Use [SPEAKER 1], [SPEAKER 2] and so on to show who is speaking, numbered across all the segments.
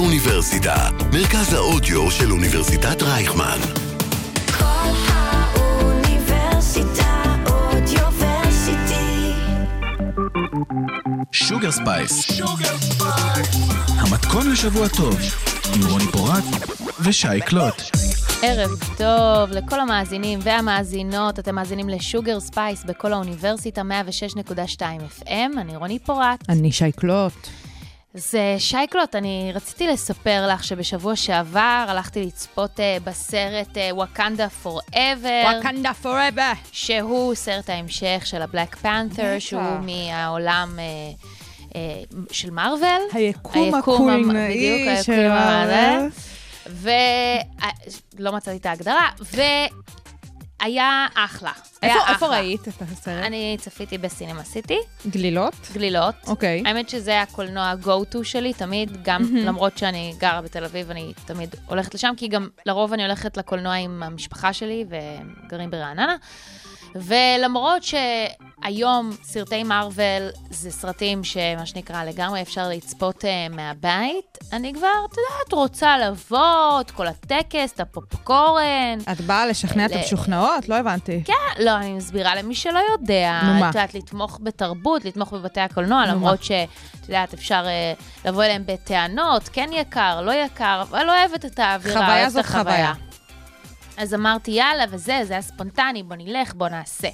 [SPEAKER 1] האוניברסיטה, מרכז האודיו של אוניברסיטת רייכמן.
[SPEAKER 2] כל האוניברסיטה אודיוורסיטי.
[SPEAKER 3] שוגר ספייס. המתכון לשבוע טוב, עם רוני פורט ושי קלוט.
[SPEAKER 4] ערב טוב לכל המאזינים והמאזינות, אתם מאזינים לשוגר ספייס בכל האוניברסיטה 106.2 FM, אני רוני פורט.
[SPEAKER 5] אני שייקלוט.
[SPEAKER 4] אז אה, שייקלוט, אני רציתי לספר לך שבשבוע שעבר הלכתי לצפות אה, בסרט וואקנדה פוראבר.
[SPEAKER 5] וואקנדה פוראבר.
[SPEAKER 4] שהוא סרט ההמשך של הבלק פנת'ר,
[SPEAKER 5] בטח.
[SPEAKER 4] שהוא מהעולם אה, אה, של מארוול.
[SPEAKER 5] היקום
[SPEAKER 4] היקום המ-
[SPEAKER 5] הקולנאי
[SPEAKER 4] בדיוק,
[SPEAKER 5] של
[SPEAKER 4] היקום
[SPEAKER 5] מארוול.
[SPEAKER 4] המלא. ו... אה, לא מצאתי את ההגדרה, והיה אחלה. היה
[SPEAKER 5] איפה, איפה
[SPEAKER 4] אחלה.
[SPEAKER 5] ראית את הסרט?
[SPEAKER 4] אני צפיתי בסינמה סיטי,
[SPEAKER 5] גלילות?
[SPEAKER 4] גלילות.
[SPEAKER 5] אוקיי.
[SPEAKER 4] האמת שזה הקולנוע go-to שלי תמיד, גם למרות שאני גרה בתל אביב, אני תמיד הולכת לשם, כי גם לרוב אני הולכת לקולנוע עם המשפחה שלי, והם גרים ברעננה. ולמרות שהיום סרטי מארוול זה סרטים שמה שנקרא לגמרי אפשר לצפות אה, מהבית, אני כבר, את יודעת, רוצה לבוא, את כל הטקס, את הפופקורן.
[SPEAKER 5] את באה לשכנע את
[SPEAKER 4] אלה-
[SPEAKER 5] המשוכנעות? לא הבנתי.
[SPEAKER 4] כן, לא, אני מסבירה למי שלא יודע.
[SPEAKER 5] נו, מה?
[SPEAKER 4] את יודעת, לתמוך בתרבות, לתמוך בבתי הקולנוע,
[SPEAKER 5] נו,
[SPEAKER 4] למרות
[SPEAKER 5] מה?
[SPEAKER 4] שאת יודעת, אפשר אה, לבוא אליהם בטענות, כן יקר, לא יקר, אבל לא אוהבת את האווירה,
[SPEAKER 5] חוויה
[SPEAKER 4] אוהבת את
[SPEAKER 5] זאת
[SPEAKER 4] החוויה.
[SPEAKER 5] חוויה.
[SPEAKER 4] אז אמרתי, יאללה, וזה, זה היה ספונטני, בוא נלך, בוא נעשה.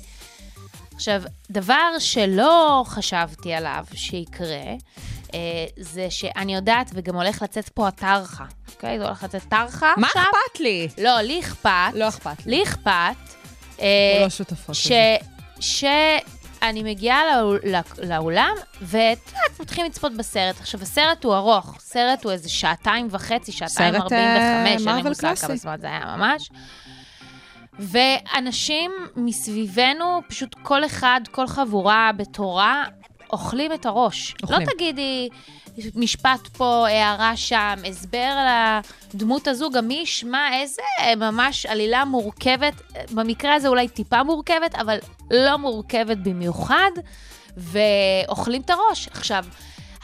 [SPEAKER 4] עכשיו, דבר שלא חשבתי עליו שיקרה, אה, זה שאני יודעת, וגם הולך לצאת פה הטרחה, אוקיי? זה הולך לצאת טרחה
[SPEAKER 5] מה
[SPEAKER 4] עכשיו.
[SPEAKER 5] אכפת לי?
[SPEAKER 4] לא, לי אכפת.
[SPEAKER 5] לא אכפת לי.
[SPEAKER 4] לי אכפת. אה,
[SPEAKER 5] אנחנו לא שותפות
[SPEAKER 4] ש...
[SPEAKER 5] לזה.
[SPEAKER 4] שאני מגיעה לאו- לא- לאולם, ואת יודעת, מתחילים לצפות בסרט. עכשיו, הסרט הוא ארוך, סרט הוא איזה שעתיים וחצי, שעתיים
[SPEAKER 5] סרט,
[SPEAKER 4] ארבעים
[SPEAKER 5] אה,
[SPEAKER 4] וחמש, אין לי
[SPEAKER 5] מארוול
[SPEAKER 4] מושג
[SPEAKER 5] קלאסי.
[SPEAKER 4] כמה זמן זה היה ממש. ואנשים מסביבנו, פשוט כל אחד, כל חבורה בתורה, אוכלים את הראש.
[SPEAKER 5] אוכלים.
[SPEAKER 4] לא תגידי משפט פה, הערה שם, הסבר לדמות הזו, גם מי ישמע איזה ממש עלילה מורכבת, במקרה הזה אולי טיפה מורכבת, אבל לא מורכבת במיוחד, ואוכלים את הראש. עכשיו,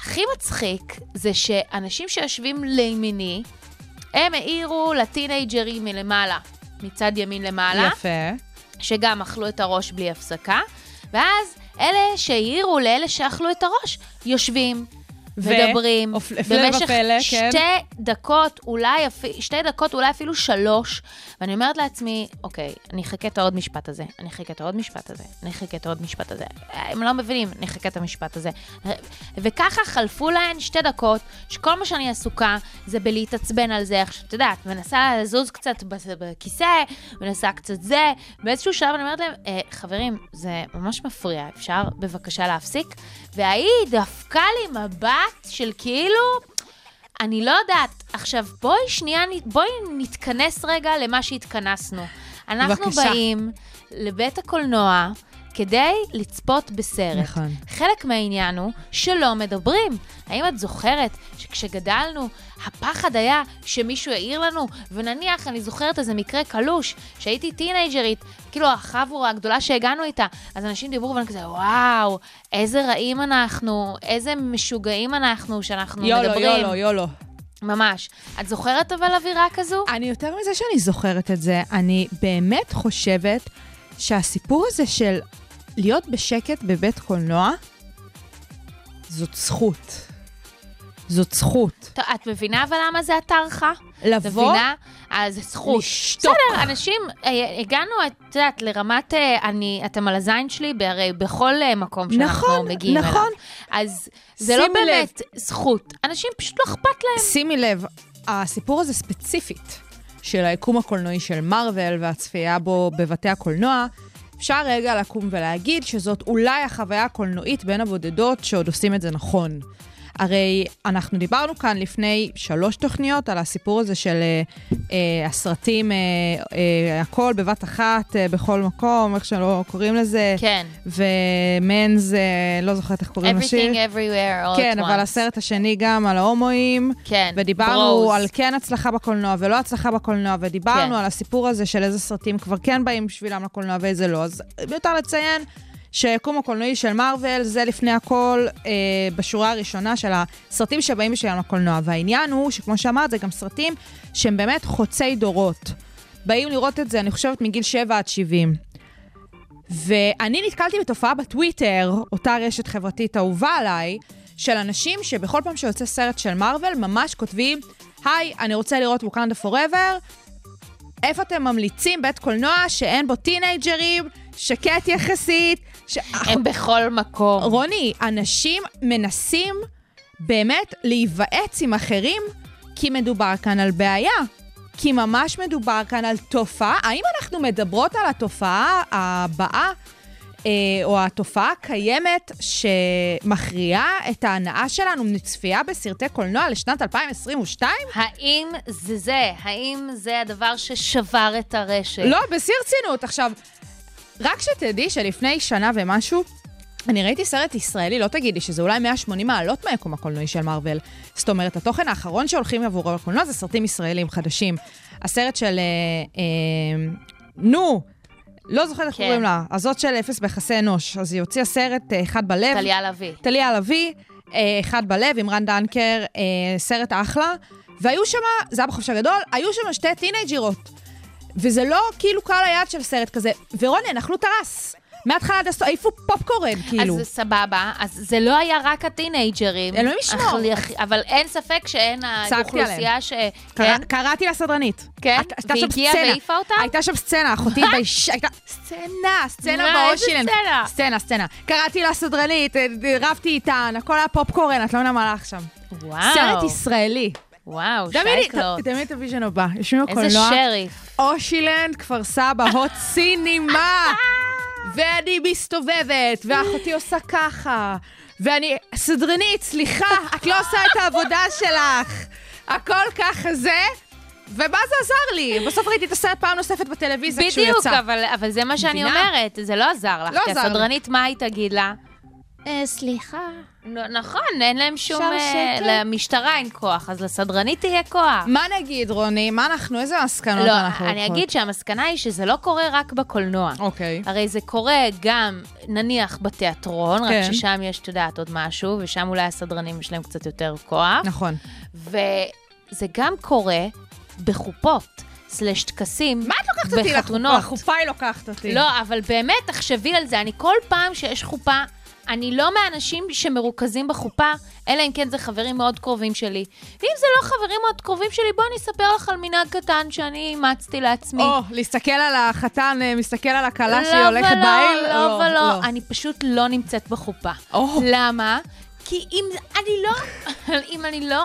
[SPEAKER 4] הכי מצחיק זה שאנשים שיושבים לימיני, הם העירו לטינג'רים מלמעלה, מצד ימין למעלה.
[SPEAKER 5] יפה.
[SPEAKER 4] שגם אכלו את הראש בלי הפסקה, ואז אלה שהעירו לאלה שאכלו את הראש, יושבים.
[SPEAKER 5] ו-
[SPEAKER 4] מדברים,
[SPEAKER 5] הפ- הפלא
[SPEAKER 4] במשך
[SPEAKER 5] ופלא,
[SPEAKER 4] שתי
[SPEAKER 5] כן.
[SPEAKER 4] דקות, אולי אפילו, שתי דקות, אולי אפילו שלוש, ואני אומרת לעצמי, אוקיי, אני אחכה את העוד משפט הזה, אני אחכה את העוד משפט הזה, אני אחכה את העוד משפט הזה. הם לא מבינים, אני אחכה את המשפט הזה. וככה חלפו להן שתי דקות, שכל מה שאני עסוקה זה בלהתעצבן על זה. עכשיו, את יודעת, מנסה לזוז קצת בס- בכיסא, מנסה קצת זה, באיזשהו שלב אני אומרת להם, אה, חברים, זה ממש מפריע, אפשר בבקשה להפסיק? וההיא דפקה לי מבט של כאילו... אני לא יודעת. עכשיו, בואי שנייה, נ- בואי נתכנס רגע למה שהתכנסנו. אנחנו
[SPEAKER 5] בבקשה.
[SPEAKER 4] באים לבית הקולנוע כדי לצפות בסרט.
[SPEAKER 5] נכון.
[SPEAKER 4] חלק מהעניין הוא שלא מדברים. האם את זוכרת שכשגדלנו, הפחד היה שמישהו יעיר לנו, ונניח, אני זוכרת איזה מקרה קלוש, שהייתי טינג'רית, כאילו החבורה הגדולה שהגענו איתה, אז אנשים דיברו ואני כזה, וואו, איזה רעים אנחנו, איזה משוגעים אנחנו, שאנחנו
[SPEAKER 5] יולו,
[SPEAKER 4] מדברים.
[SPEAKER 5] יולו, יולו.
[SPEAKER 4] ממש. את זוכרת אבל אווירה כזו?
[SPEAKER 5] אני יותר מזה שאני זוכרת את זה, אני באמת חושבת שהסיפור הזה של להיות בשקט בבית קולנוע, זאת זכות. זאת זכות.
[SPEAKER 4] טוב, את מבינה אבל למה זה הטרחה? את
[SPEAKER 5] לבוא,
[SPEAKER 4] מבינה? אז זה זכות.
[SPEAKER 5] לשתוק.
[SPEAKER 4] בסדר, אנשים, אה, הגענו, את יודעת, לרמת אה, אני, אתם על הזין שלי, הרי בכל אה, מקום שאנחנו
[SPEAKER 5] נכון,
[SPEAKER 4] מגיעים אליו.
[SPEAKER 5] נכון.
[SPEAKER 4] אז זה לא
[SPEAKER 5] שימי לב.
[SPEAKER 4] באמת זכות. אנשים פשוט לא אכפת להם.
[SPEAKER 5] שימי לב, הסיפור הזה ספציפית של היקום הקולנועי של מארוול והצפייה בו בבתי הקולנוע, אפשר רגע לקום ולהגיד שזאת אולי החוויה הקולנועית בין הבודדות שעוד עושים את זה נכון. הרי אנחנו דיברנו כאן לפני שלוש תוכניות על הסיפור הזה של אה, אה, הסרטים, אה, אה, הכל בבת אחת, אה, בכל מקום, איך שלא קוראים לזה.
[SPEAKER 4] כן.
[SPEAKER 5] ומנז, אה, לא זוכרת איך קוראים לשיר.
[SPEAKER 4] Everything everywhere all at once.
[SPEAKER 5] כן, אבל הסרט השני גם על ההומואים.
[SPEAKER 4] כן,
[SPEAKER 5] ודיברנו
[SPEAKER 4] Bros.
[SPEAKER 5] על כן הצלחה בקולנוע ולא הצלחה בקולנוע, ודיברנו
[SPEAKER 4] כן.
[SPEAKER 5] על הסיפור הזה של איזה סרטים כבר כן באים בשבילם לקולנוע ואיזה לא. אז מיותר לציין שהיקום הקולנועי של מארוול זה לפני הכל אה, בשורה הראשונה של הסרטים שבאים בשבילם לקולנוע. והעניין הוא שכמו שאמרת, זה גם סרטים שהם באמת חוצי דורות. באים לראות את זה, אני חושבת, מגיל 7 עד 70. ואני נתקלתי בתופעה בטוויטר, אותה רשת חברתית אהובה עליי, של אנשים שבכל פעם שיוצא סרט של מארוול, ממש כותבים, היי, אני רוצה לראות ווקנדה פוראבר, איפה אתם ממליצים בית קולנוע שאין בו טינג'רים, שקט יחסית, ש...
[SPEAKER 4] הם בכל מקום.
[SPEAKER 5] רוני, אנשים מנסים באמת להיוועץ עם אחרים, כי מדובר כאן על בעיה. כי ממש מדובר כאן על תופעה. האם אנחנו מדברות על התופעה הבאה, אה, או התופעה הקיימת שמכריעה את ההנאה שלנו מצפייה בסרטי קולנוע לשנת 2022?
[SPEAKER 4] האם זה זה? האם זה הדבר ששבר את הרשת?
[SPEAKER 5] לא, בשיא הרצינות. עכשיו, רק שתדעי שלפני שנה ומשהו, אני ראיתי סרט ישראלי, לא תגידי שזה אולי 180 מעלות מהיקום הקולנועי של מארוול. זאת אומרת, התוכן האחרון שהולכים עבורו לקולנוע זה סרטים ישראלים חדשים. הסרט של... אה, אה, נו! לא זוכרת איך
[SPEAKER 4] כן.
[SPEAKER 5] קוראים לה. הזאת של אפס ביחסי אנוש. אז היא הוציאה סרט אה, אחד בלב.
[SPEAKER 4] טליה לביא.
[SPEAKER 5] טליה לביא, אה, אחד בלב, עם רן דנקר, אה, סרט אחלה. והיו שם, זה היה בחופש הגדול, היו שם שתי טינג'רות. וזה לא כאילו קהל היעד של סרט כזה. ורוני, אנחנו טרס. מההתחלה עד הסוף, העיפו פופקורן, כאילו.
[SPEAKER 4] אז זה סבבה, אז זה לא היה רק הטינג'רים.
[SPEAKER 5] אלוהים ישמור.
[SPEAKER 4] אבל- אבל אין ספק שהן
[SPEAKER 5] צעקתי
[SPEAKER 4] האוכלוסייה ש...
[SPEAKER 5] קרא-
[SPEAKER 4] כן?
[SPEAKER 5] קראתי לסדרנית.
[SPEAKER 4] כן?
[SPEAKER 5] היית- הייתה שם
[SPEAKER 4] והגיעה
[SPEAKER 5] סצנה.
[SPEAKER 4] והעיפה אותה?
[SPEAKER 5] הייתה שם סצנה, אחותי התביישה, הייתה סצנה, סצנה
[SPEAKER 4] מה,
[SPEAKER 5] בראש
[SPEAKER 4] איזה
[SPEAKER 5] שלהם.
[SPEAKER 4] סצנה?
[SPEAKER 5] סצנה, סצנה. קראתי לסדרנית, אה, רבתי איתן, הכל היה פופקורן, את לא מבינה מה הלך שם.
[SPEAKER 4] וואו.
[SPEAKER 5] סרט ישראלי.
[SPEAKER 4] וואו,
[SPEAKER 5] דמייני
[SPEAKER 4] שייקלוט.
[SPEAKER 5] דמייני את הוויז'ן הבא, יושבים בקולנוע.
[SPEAKER 4] איזה שריף.
[SPEAKER 5] אושילנד, כפר סבא, הוט סינימה. ואני מסתובבת, ואחותי עושה ככה. ואני, סדרנית, סליחה, את לא עושה את העבודה שלך. הכל ככה זה, ומה זה עזר לי? בסוף ראיתי את הסרט פעם נוספת בטלוויזיה כשהוא יצא.
[SPEAKER 4] בדיוק, אבל, אבל זה מה שאני
[SPEAKER 5] מבינה?
[SPEAKER 4] אומרת, זה לא עזר לך.
[SPEAKER 5] לא
[SPEAKER 4] כי
[SPEAKER 5] עזר לי.
[SPEAKER 4] הסדרנית, מה היא תגיד לה? "אה, סליחה. נ- נכון, אין להם שום...
[SPEAKER 5] אפשר
[SPEAKER 4] אה,
[SPEAKER 5] שקט?
[SPEAKER 4] למשטרה אין כוח, אז לסדרנית תהיה כוח.
[SPEAKER 5] מה נגיד, רוני? מה אנחנו, איזה מסקנות
[SPEAKER 4] לא,
[SPEAKER 5] אנחנו...
[SPEAKER 4] אני
[SPEAKER 5] לוקחות?
[SPEAKER 4] אגיד שהמסקנה היא שזה לא קורה רק בקולנוע.
[SPEAKER 5] אוקיי.
[SPEAKER 4] הרי זה קורה גם, נניח, בתיאטרון, רק
[SPEAKER 5] כן.
[SPEAKER 4] ששם יש, את יודעת, עוד משהו, ושם אולי הסדרנים יש להם קצת יותר כוח.
[SPEAKER 5] נכון.
[SPEAKER 4] וזה גם קורה בחופות, סלש טקסים,
[SPEAKER 5] מה את לוקחת אותי?
[SPEAKER 4] בחתונות.
[SPEAKER 5] החופה היא לוקחת אותי.
[SPEAKER 4] לא, אבל באמת, תחשבי על זה. אני כל פעם שיש חופה, אני לא מהאנשים שמרוכזים בחופה, אלא אם כן זה חברים מאוד קרובים שלי. ואם זה לא חברים מאוד קרובים שלי, בוא אני אספר לך על מנהג קטן שאני אימצתי לעצמי.
[SPEAKER 5] או, להסתכל על החתן, אה, מסתכל על הכלה
[SPEAKER 4] לא
[SPEAKER 5] שהיא הולכת
[SPEAKER 4] ולא,
[SPEAKER 5] בעיל.
[SPEAKER 4] לא ולא, אני פשוט לא נמצאת בחופה.
[SPEAKER 5] או.
[SPEAKER 4] למה? כי אם אני לא, אם אני לא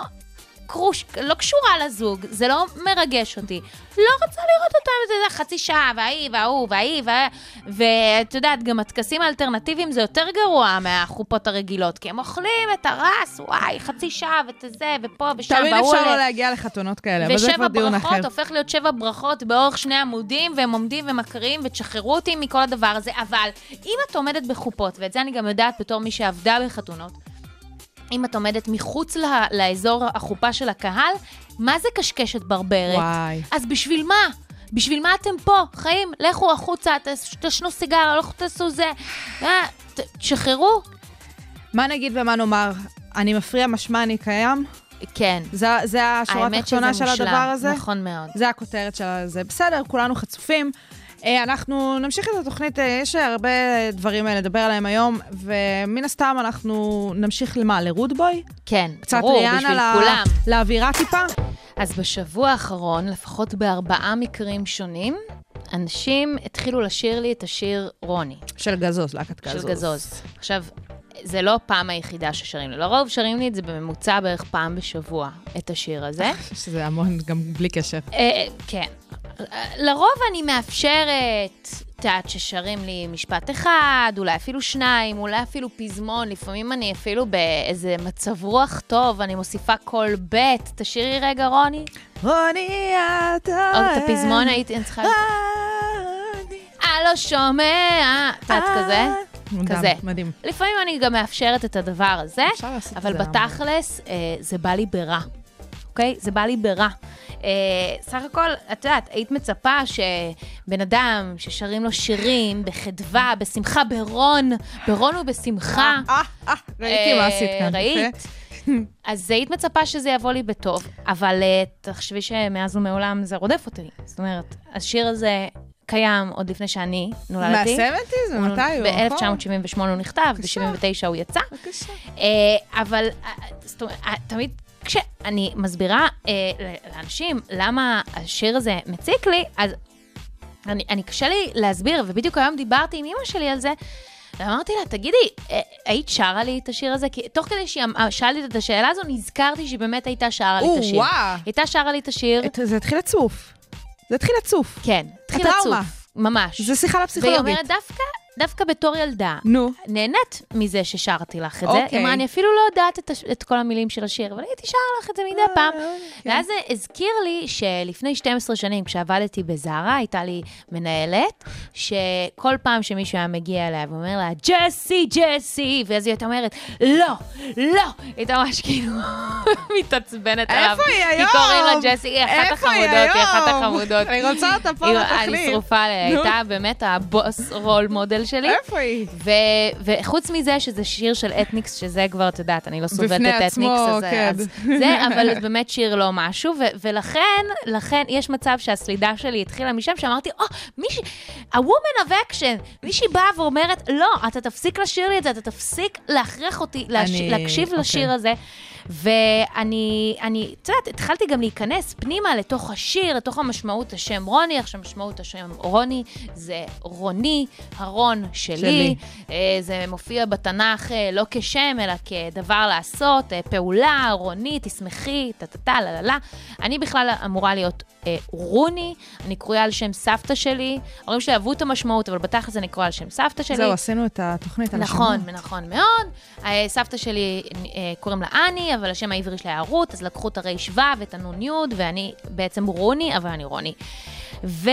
[SPEAKER 4] קרוש, לא קשורה לזוג, זה לא מרגש אותי. לא רוצה לראות אותם, אתה יודע, חצי שעה, וההיא, וההוא, וההיא, וה... ואת יודעת, גם הטקסים האלטרנטיביים זה יותר גרוע מהחופות הרגילות, כי הם אוכלים את הרס, וואי, חצי שעה, וזה, ופה, ושם,
[SPEAKER 5] תמיד
[SPEAKER 4] והוא
[SPEAKER 5] אפשר
[SPEAKER 4] עולה.
[SPEAKER 5] לא להגיע לחתונות כאלה, אבל זה כבר
[SPEAKER 4] ושבע
[SPEAKER 5] דיון אחר.
[SPEAKER 4] ברכות הופך להיות שבע ברכות באורך שני עמודים, והם עומדים ומקריאים, ותשחררו אותי מכל הדבר הזה. אבל אם את עומדת בחופות, ואת זה אני גם יודעת בתור מי שעבדה בחתונות, אם את עומדת מחוץ לה, לאזור החופה של הקהל, מה זה קשקשת ברברת?
[SPEAKER 5] וואי.
[SPEAKER 4] אז בשביל מה? בשביל מה אתם פה? חיים, לכו החוצה, תש- תשנו סיגר, לכו תעשו זה. אה, ת- תשחררו?
[SPEAKER 5] מה נגיד ומה נאמר? אני מפריע, משמע אני קיים?
[SPEAKER 4] כן.
[SPEAKER 5] זה, זה השורה
[SPEAKER 4] האמת שזה
[SPEAKER 5] התחתונה של
[SPEAKER 4] מושלם.
[SPEAKER 5] הדבר הזה?
[SPEAKER 4] נכון מאוד.
[SPEAKER 5] זה הכותרת של זה. בסדר, כולנו חצופים. אה, אנחנו נמשיך את התוכנית, אה, יש הרבה אה, דברים אה, לדבר עליהם היום, ומן הסתם אנחנו נמשיך למה? לרודבוי?
[SPEAKER 4] כן,
[SPEAKER 5] קצת
[SPEAKER 4] ברור,
[SPEAKER 5] ליאנה
[SPEAKER 4] בשביל
[SPEAKER 5] ל-
[SPEAKER 4] כולם.
[SPEAKER 5] לאווירה טיפה?
[SPEAKER 6] אז בשבוע האחרון, לפחות בארבעה מקרים שונים, אנשים התחילו לשיר לי את השיר רוני,
[SPEAKER 5] של גזוז, להקת גזוז.
[SPEAKER 6] של גזוז. עכשיו, זה לא הפעם היחידה ששרים לי, לרוב שרים לי את זה בממוצע בערך פעם בשבוע, את השיר
[SPEAKER 5] אה.
[SPEAKER 6] הזה.
[SPEAKER 5] שזה המון, גם בלי קשר.
[SPEAKER 6] אה, כן. לרוב אני מאפשרת, את יודעת, ששרים לי משפט אחד, אולי אפילו שניים, אולי אפילו פזמון, לפעמים אני אפילו באיזה מצב רוח טוב, אני מוסיפה קול ב', תשאירי רגע רוני.
[SPEAKER 5] רוני, אתה...
[SPEAKER 6] עוד את הפזמון
[SPEAKER 5] אה.
[SPEAKER 6] הייתי אני צריכה...
[SPEAKER 5] רוני,
[SPEAKER 6] אה, לא שומע, את יודעת כזה.
[SPEAKER 5] מדהים,
[SPEAKER 6] כזה.
[SPEAKER 5] אה. מדהים.
[SPEAKER 6] לפעמים אני גם מאפשרת את הדבר הזה,
[SPEAKER 5] אפשר לעשות את
[SPEAKER 6] אבל
[SPEAKER 5] זה,
[SPEAKER 6] בתכלס אה, זה בא לי ברע.
[SPEAKER 4] אוקיי? זה בא לי ברע. אה, סך הכל, את יודעת, היית מצפה שבן אדם ששרים לו שירים בחדווה, בשמחה, ברון, ברון ובשמחה.
[SPEAKER 5] אה, אה, ראיתי מה
[SPEAKER 4] אה,
[SPEAKER 5] עשית כאן.
[SPEAKER 4] ראית?
[SPEAKER 5] יפה.
[SPEAKER 4] אז היית מצפה שזה יבוא לי בטוב, אבל אה, תחשבי שמאז ומעולם זה רודף אותי. זאת אומרת, השיר הזה קיים עוד לפני שאני נולדתי.
[SPEAKER 5] מה-70's?
[SPEAKER 4] Mm,
[SPEAKER 5] ומתי הוא? נכון.
[SPEAKER 4] ב-1978 הוא נכתב,
[SPEAKER 5] בבקשה.
[SPEAKER 4] ב-79 הוא יצא.
[SPEAKER 5] בבקשה.
[SPEAKER 4] אה, אבל אה, זאת אומרת, אה, תמיד כשאני מסבירה אה, ל- לאנשים למה השיר הזה מציק לי, אז אני, אני קשה לי להסביר, ובדיוק היום דיברתי עם אימא שלי על זה. ואמרתי לה, תגידי, אה, היית שרה לי את השיר הזה? כי תוך כדי ששאלתי את השאלה הזו, נזכרתי שהיא באמת הייתה שרה לי את השיר.
[SPEAKER 5] או-ואה.
[SPEAKER 4] הייתה שרה לי את השיר,
[SPEAKER 5] את- זה התחיל לצוף. זה התחיל לצוף.
[SPEAKER 4] כן, התחיל
[SPEAKER 5] הטראומה.
[SPEAKER 4] לצוף, ממש.
[SPEAKER 5] זה שיחה
[SPEAKER 4] והיא
[SPEAKER 5] לפסיכולוגית.
[SPEAKER 4] אומרת, דווקא, דווקא בתור ילדה,
[SPEAKER 5] נו.
[SPEAKER 4] נהנית מזה ששרתי לך את זה.
[SPEAKER 5] אוקיי.
[SPEAKER 4] היא אמרה, אני אפילו לא יודעת את, הש- את כל המילים של השיר, אבל הייתי שרה לך את זה מדי
[SPEAKER 5] אה,
[SPEAKER 4] פעם.
[SPEAKER 5] אוקיי.
[SPEAKER 4] ואז זה הזכיר לי שלפני 12 שנים, כשעבדתי בזארה, הייתה לי מנהלת, שכל פעם שמישהו היה מגיע אליה ואומר לה, ג'סי, ג'סי, ואז היא הייתה אומרת, לא, לא, היא הייתה ממש כאילו מתעצבנת
[SPEAKER 5] איפה
[SPEAKER 4] עליו.
[SPEAKER 5] היא היום?
[SPEAKER 4] כי "אה, קוראים לה ג'סי, היא אחת
[SPEAKER 5] איפה היא
[SPEAKER 4] החמודות, היא אחת
[SPEAKER 5] היום?
[SPEAKER 4] החמודות.
[SPEAKER 5] אני רוצה אותה פה
[SPEAKER 4] היא-
[SPEAKER 5] בתוכנית.
[SPEAKER 4] אני שרופה עליה,
[SPEAKER 5] נו.
[SPEAKER 4] הייתה באמת הבוס רול מודל שלי.
[SPEAKER 5] איפה היא?
[SPEAKER 4] ו- וחוץ מזה שזה שיר של אתניקס, שזה כבר, את יודעת, אני לא סובלת
[SPEAKER 5] בפני
[SPEAKER 4] את
[SPEAKER 5] עצמו,
[SPEAKER 4] אתניקס הזה,
[SPEAKER 5] כן.
[SPEAKER 4] אז זה, אבל באמת שיר לא משהו, ו- ולכן, לכן, יש מצב שהסלידה שלי התחילה משם, שאמרתי, או, מישהי, ה-woman of action, מישהי באה ואומרת, לא, אתה תפסיק לשיר לי את זה, אתה תפסיק להכריח אותי להש-
[SPEAKER 5] אני-
[SPEAKER 4] להקשיב
[SPEAKER 5] אוקיי.
[SPEAKER 4] לשיר הזה. ואני, אני, את יודעת, התחלתי גם להיכנס פנימה לתוך השיר, לתוך המשמעות השם רוני, עכשיו משמעות השם רוני זה רוני, הרון שלי.
[SPEAKER 5] שלי.
[SPEAKER 4] שלי. אה, זה מופיע בתנ"ך אה, לא כשם, אלא כדבר לעשות, אה, פעולה, רוני, תשמחי, טה-טה-טה, לה-לה-לה. אני בכלל אמורה להיות אה, רוני, אני קרויה על שם סבתא שלי. ההורים שלי אהבו את המשמעות, אבל בתכלס אני קרויה על שם סבתא שלי.
[SPEAKER 5] זהו, עשינו את התוכנית על
[SPEAKER 4] נכון,
[SPEAKER 5] השמות.
[SPEAKER 4] נכון מאוד. אה, סבתא שלי, אה, קוראים לה אני, אבל השם העברי שלה היה רות, אז לקחו את הרי שבא ואת הנון יוד, ואני בעצם רוני, אבל אני רוני. ו...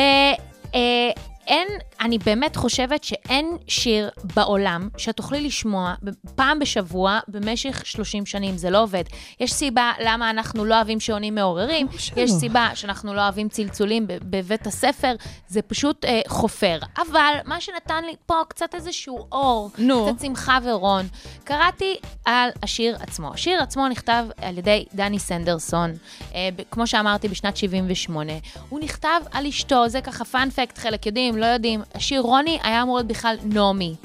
[SPEAKER 4] אה, אין, אני באמת חושבת שאין שיר בעולם שאת תוכלי לשמוע ב- פעם בשבוע במשך 30 שנים, זה לא עובד. יש סיבה למה אנחנו לא אוהבים שעונים מעוררים,
[SPEAKER 5] שלא.
[SPEAKER 4] יש סיבה שאנחנו לא אוהבים צלצולים ב- בבית הספר, זה פשוט אה, חופר. אבל מה שנתן לי פה קצת איזשהו אור,
[SPEAKER 5] נו.
[SPEAKER 4] קצת שמחה ורון. קראתי על השיר עצמו. השיר עצמו נכתב על ידי דני סנדרסון, אה, ב- כמו שאמרתי, בשנת 78. הוא נכתב על אשתו, זה ככה פאנפקט, חלק יודעים, לא יודעים. השיר רוני היה אמור להיות בכלל נעמי.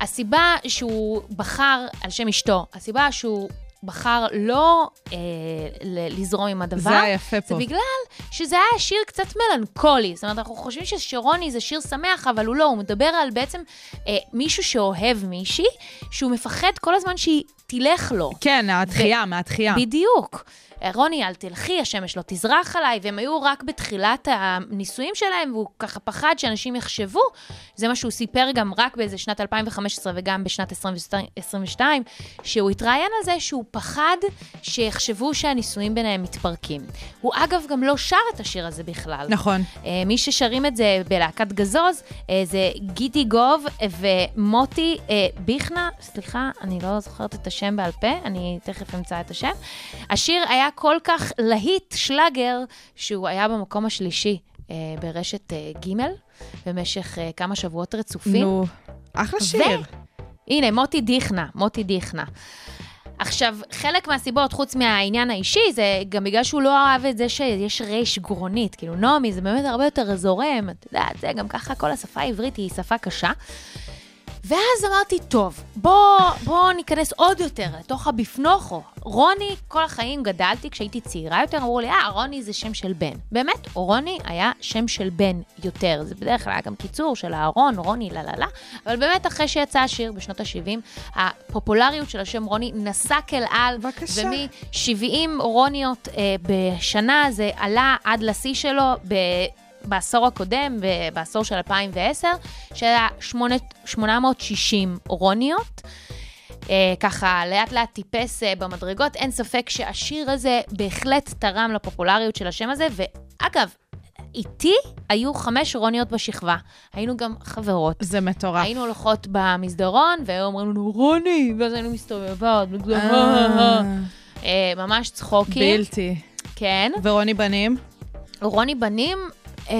[SPEAKER 4] הסיבה שהוא בחר על שם אשתו, הסיבה שהוא בחר לא אה, ל- לזרום עם הדבר,
[SPEAKER 5] זה היפה פה.
[SPEAKER 4] זה בגלל שזה היה שיר קצת מלנכולי. זאת אומרת, אנחנו חושבים ששירוני זה שיר שמח, אבל הוא לא, הוא מדבר על בעצם אה, מישהו שאוהב מישהי, שהוא מפחד כל הזמן שהיא תלך לו.
[SPEAKER 5] כן, התחייה, מהתחייה.
[SPEAKER 4] בדיוק. אה, רוני, אל תלכי, השמש לא תזרח עליי, והם היו רק בתחילת הנישואים שלהם, והוא ככה פחד שאנשים יחשבו, זה מה שהוא סיפר גם רק באיזה שנת 2015 וגם בשנת 2022, שהוא התראיין על זה שהוא פחד שיחשבו שהנישואים ביניהם מתפרקים. הוא אגב גם לא שר את השיר הזה בכלל.
[SPEAKER 5] נכון.
[SPEAKER 4] אה, מי ששרים את זה בלהקת גזוז אה, זה גידי גוב ומוטי אה, ביכנה, סליחה, אני לא זוכרת את השם בעל פה, אני תכף אמצא את השם. השיר היה כל כך להיט שלאגר, שהוא היה במקום השלישי אה, ברשת אה, ג' במשך אה, כמה שבועות רצופים.
[SPEAKER 5] נו, אחלה שיר.
[SPEAKER 4] הנה, מוטי דיכנה, מוטי דיכנה. עכשיו, חלק מהסיבות, חוץ מהעניין האישי, זה גם בגלל שהוא לא אהב את זה שיש ריש גרונית. כאילו, נעמי זה באמת הרבה יותר זורם, את יודעת, זה גם ככה, כל השפה העברית היא שפה קשה. ואז אמרתי, טוב, בוא, בוא ניכנס עוד יותר לתוך הביפנוכו. רוני, כל החיים גדלתי, כשהייתי צעירה יותר, אמרו לי, אה, רוני זה שם של בן. באמת, רוני היה שם של בן יותר. זה בדרך כלל היה גם קיצור של אהרון, רוני, לה לה לה. אבל באמת, אחרי שיצא השיר בשנות ה-70, הפופולריות של השם רוני נסק אל על.
[SPEAKER 5] בבקשה.
[SPEAKER 4] ומ-70 רוניות אה, בשנה, זה עלה עד לשיא שלו ב... בעשור הקודם, ב- בעשור של 2010, שהיה שמונה- 860 רוניות. אה, ככה לאט לאט טיפס אה, במדרגות. אין ספק שהשיר הזה בהחלט תרם לפופולריות של השם הזה, ואגב, איתי היו חמש רוניות בשכבה. היינו גם חברות.
[SPEAKER 5] זה מטורף.
[SPEAKER 4] היינו הולכות במסדרון, והיו אומרים לנו, רוני! ואז היינו מסתובבות, וכזה, "אה, אה, אה."
[SPEAKER 5] אה,
[SPEAKER 4] אה, ממש צחוקים.
[SPEAKER 5] בלתי.
[SPEAKER 4] כן.
[SPEAKER 5] ורוני בנים?
[SPEAKER 4] רוני בנים, אה,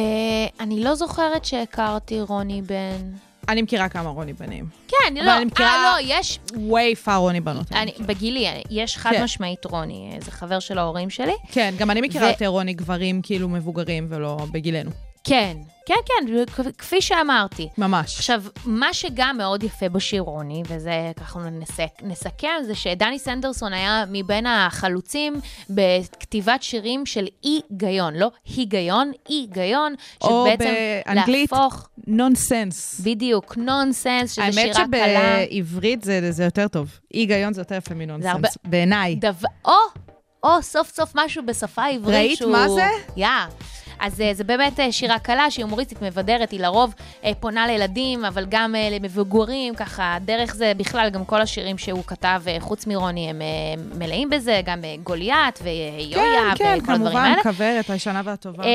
[SPEAKER 4] אני לא זוכרת שהכרתי רוני בן.
[SPEAKER 5] אני מכירה כמה רוני בנים.
[SPEAKER 4] כן, אני
[SPEAKER 5] אבל
[SPEAKER 4] לא,
[SPEAKER 5] אני מכירה-
[SPEAKER 4] אה, לא, יש,
[SPEAKER 5] ווי פאר רוני בנות.
[SPEAKER 4] אני, בגילי, אני- יש חד
[SPEAKER 5] כן.
[SPEAKER 4] משמעית רוני, אה, זה חבר של ההורים שלי.
[SPEAKER 5] כן, גם אני מכירה
[SPEAKER 4] ו-
[SPEAKER 5] יותר רוני גברים כאילו מבוגרים ולא בגילנו.
[SPEAKER 4] כן, כן, כן, כ- כפי שאמרתי.
[SPEAKER 5] ממש.
[SPEAKER 4] עכשיו, מה שגם מאוד יפה בשיר רוני, וזה ככה נסק, נסכם, זה שדני סנדרסון היה מבין החלוצים בכתיבת שירים של אי גיון, לא היגיון, אי גיון,
[SPEAKER 5] או
[SPEAKER 4] שבעצם
[SPEAKER 5] באנגלית,
[SPEAKER 4] להפוך,
[SPEAKER 5] נונסנס.
[SPEAKER 4] בדיוק, נונסנס, שזה
[SPEAKER 5] האמת
[SPEAKER 4] שירה קלה.
[SPEAKER 5] שבעברית זה, זה יותר טוב. היגיון זה יותר יפה
[SPEAKER 4] זה הרבה-
[SPEAKER 5] מנונסנס, בעיניי.
[SPEAKER 4] דו... או, או סוף סוף משהו בשפה העברית
[SPEAKER 5] ראית
[SPEAKER 4] שהוא...
[SPEAKER 5] מה זה?
[SPEAKER 4] יא. אז אה, זה באמת אה, שירה קלה שהיא הומוריסטית מבדרת, היא לרוב אה, פונה לילדים, אבל גם אה, למבוגרים, ככה, דרך זה בכלל, גם כל השירים שהוא כתב, אה, חוץ מרוני, הם אה, מלאים בזה, גם אה, גוליית ויויה,
[SPEAKER 5] כן, כן,
[SPEAKER 4] וכל לא, הדברים
[SPEAKER 5] כמובן,
[SPEAKER 4] האלה.
[SPEAKER 5] כוורת, הישנה והטובה.
[SPEAKER 4] אה,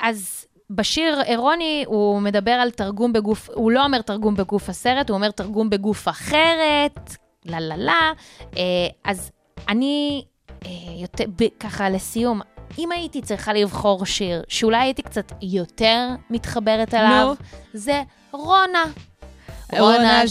[SPEAKER 4] אז בשיר אה, רוני, הוא מדבר על תרגום בגוף, הוא לא אומר תרגום בגוף הסרט, הוא אומר תרגום בגוף אחרת, לה לה לה. אה, אז אני, אה, יותר, ב- ככה לסיום, אם הייתי צריכה לבחור שיר שאולי הייתי קצת יותר מתחברת אליו, זה רונה. אה,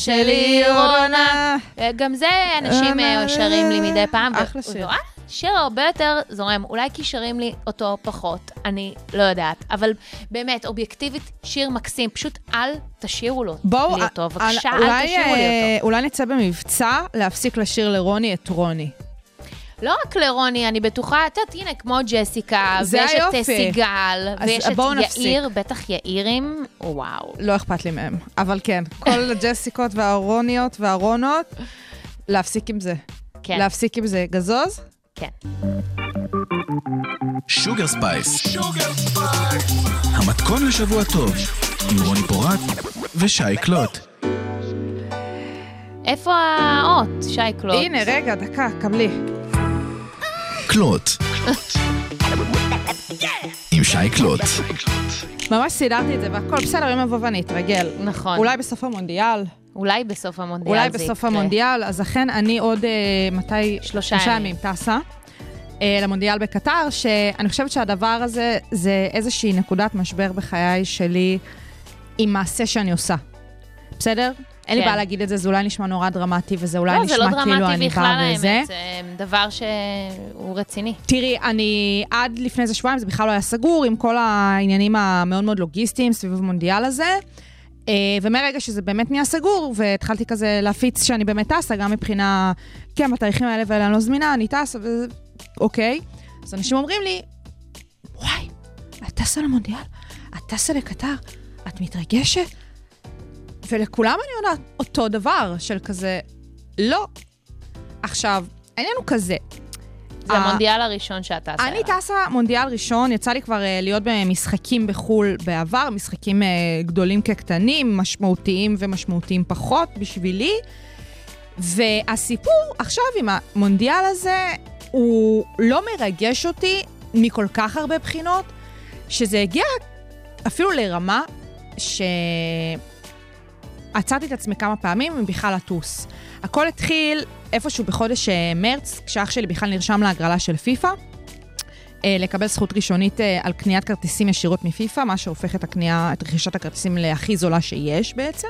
[SPEAKER 4] גם זה אנשים אה,
[SPEAKER 5] רונה,
[SPEAKER 4] שרים לי מדי פעם. ו-
[SPEAKER 5] אחלה שיר.
[SPEAKER 4] ווואלה, שיר הרבה יותר זורם. אולי כי שרים לי אותו פחות, אני לא יודעת. אבל באמת, אובייקטיבית, שיר מקסים. פשוט אל תשאירו לו
[SPEAKER 5] בואו,
[SPEAKER 4] לי אותו.
[SPEAKER 5] אה,
[SPEAKER 4] בבקשה,
[SPEAKER 5] אה,
[SPEAKER 4] אל
[SPEAKER 5] אולי,
[SPEAKER 4] תשאירו לי
[SPEAKER 5] אה,
[SPEAKER 4] אותו.
[SPEAKER 5] אולי נצא במבצע להפסיק לשיר לרוני את רוני.
[SPEAKER 4] לא רק לרוני, אני בטוחה, את יודעת, הנה, כמו ג'סיקה,
[SPEAKER 5] זה
[SPEAKER 4] ויש את
[SPEAKER 5] היופי.
[SPEAKER 4] אה, סיגל,
[SPEAKER 5] אז
[SPEAKER 4] ויש את
[SPEAKER 5] בואו נפסיק.
[SPEAKER 4] יאיר, בטח יאירים, וואו.
[SPEAKER 5] לא אכפת לי מהם, אבל כן, כל הג'סיקות והרוניות והרונות, להפסיק עם זה.
[SPEAKER 4] כן,
[SPEAKER 5] להפסיק עם זה. גזוז?
[SPEAKER 4] כן.
[SPEAKER 3] שוגר ספייס. המתכון לשבוע טוב, עם רוני פורט ושי קלוט.
[SPEAKER 4] איפה האות, שי קלוט?
[SPEAKER 5] הנה, רגע, דקה, קבלי.
[SPEAKER 3] קלוט. עם שי קלוט.
[SPEAKER 5] ממש סידרתי את זה והכל בסדר, אם אבוא ואני אתרגל.
[SPEAKER 4] נכון.
[SPEAKER 5] אולי בסוף המונדיאל,
[SPEAKER 4] אולי בסוף המונדיאל
[SPEAKER 5] אולי
[SPEAKER 4] זה
[SPEAKER 5] בסוף
[SPEAKER 4] יקרה.
[SPEAKER 5] המונדיאל, אז אכן אני עוד אה, מתי...
[SPEAKER 4] שלושה ימים.
[SPEAKER 5] טסה. אה, למונדיאל בקטר, שאני חושבת שהדבר הזה זה איזושהי נקודת משבר בחיי שלי עם מעשה שאני עושה. בסדר? אין לי
[SPEAKER 4] כן.
[SPEAKER 5] בעיה להגיד את זה, זה אולי נשמע נורא דרמטי, וזה אולי
[SPEAKER 4] לא,
[SPEAKER 5] נשמע
[SPEAKER 4] זה לא
[SPEAKER 5] כאילו
[SPEAKER 4] דרמטי
[SPEAKER 5] אני
[SPEAKER 4] בכלל,
[SPEAKER 5] באה
[SPEAKER 4] האמת,
[SPEAKER 5] וזה.
[SPEAKER 4] זה דבר שהוא רציני.
[SPEAKER 5] תראי, אני עד לפני איזה שבועיים, זה בכלל לא היה סגור, עם כל העניינים המאוד מאוד לוגיסטיים סביב המונדיאל הזה. אה, ומהרגע שזה באמת נהיה סגור, והתחלתי כזה להפיץ שאני באמת טסה, גם מבחינה, כן, בתאריכים האלה והאלה אני לא זמינה, אני טסה, וזה, אוקיי. אז אנשים אומרים לי, וואי, את טסה למונדיאל? את טסה לקטר? את מתרגשת? ולכולם אני עונה אותו דבר, של כזה, לא. עכשיו, העניין הוא כזה,
[SPEAKER 4] זה
[SPEAKER 5] אה,
[SPEAKER 4] המונדיאל הראשון שאתה עשה.
[SPEAKER 5] אני טסה מונדיאל ראשון, יצא לי כבר אה, להיות במשחקים בחו"ל בעבר, משחקים אה, גדולים כקטנים, משמעותיים ומשמעותיים פחות בשבילי. והסיפור עכשיו עם המונדיאל הזה, הוא לא מרגש אותי מכל כך הרבה בחינות, שזה הגיע אפילו לרמה ש... עצרתי את עצמי כמה פעמים מבכלל לטוס. הכל התחיל איפשהו בחודש אה, מרץ, כשאח שלי בכלל נרשם להגרלה של פיפא. אה, לקבל זכות ראשונית אה, על קניית כרטיסים ישירות מפיפ"א, מה שהופך את הקנייה, את רכישת הכרטיסים להכי זולה שיש בעצם.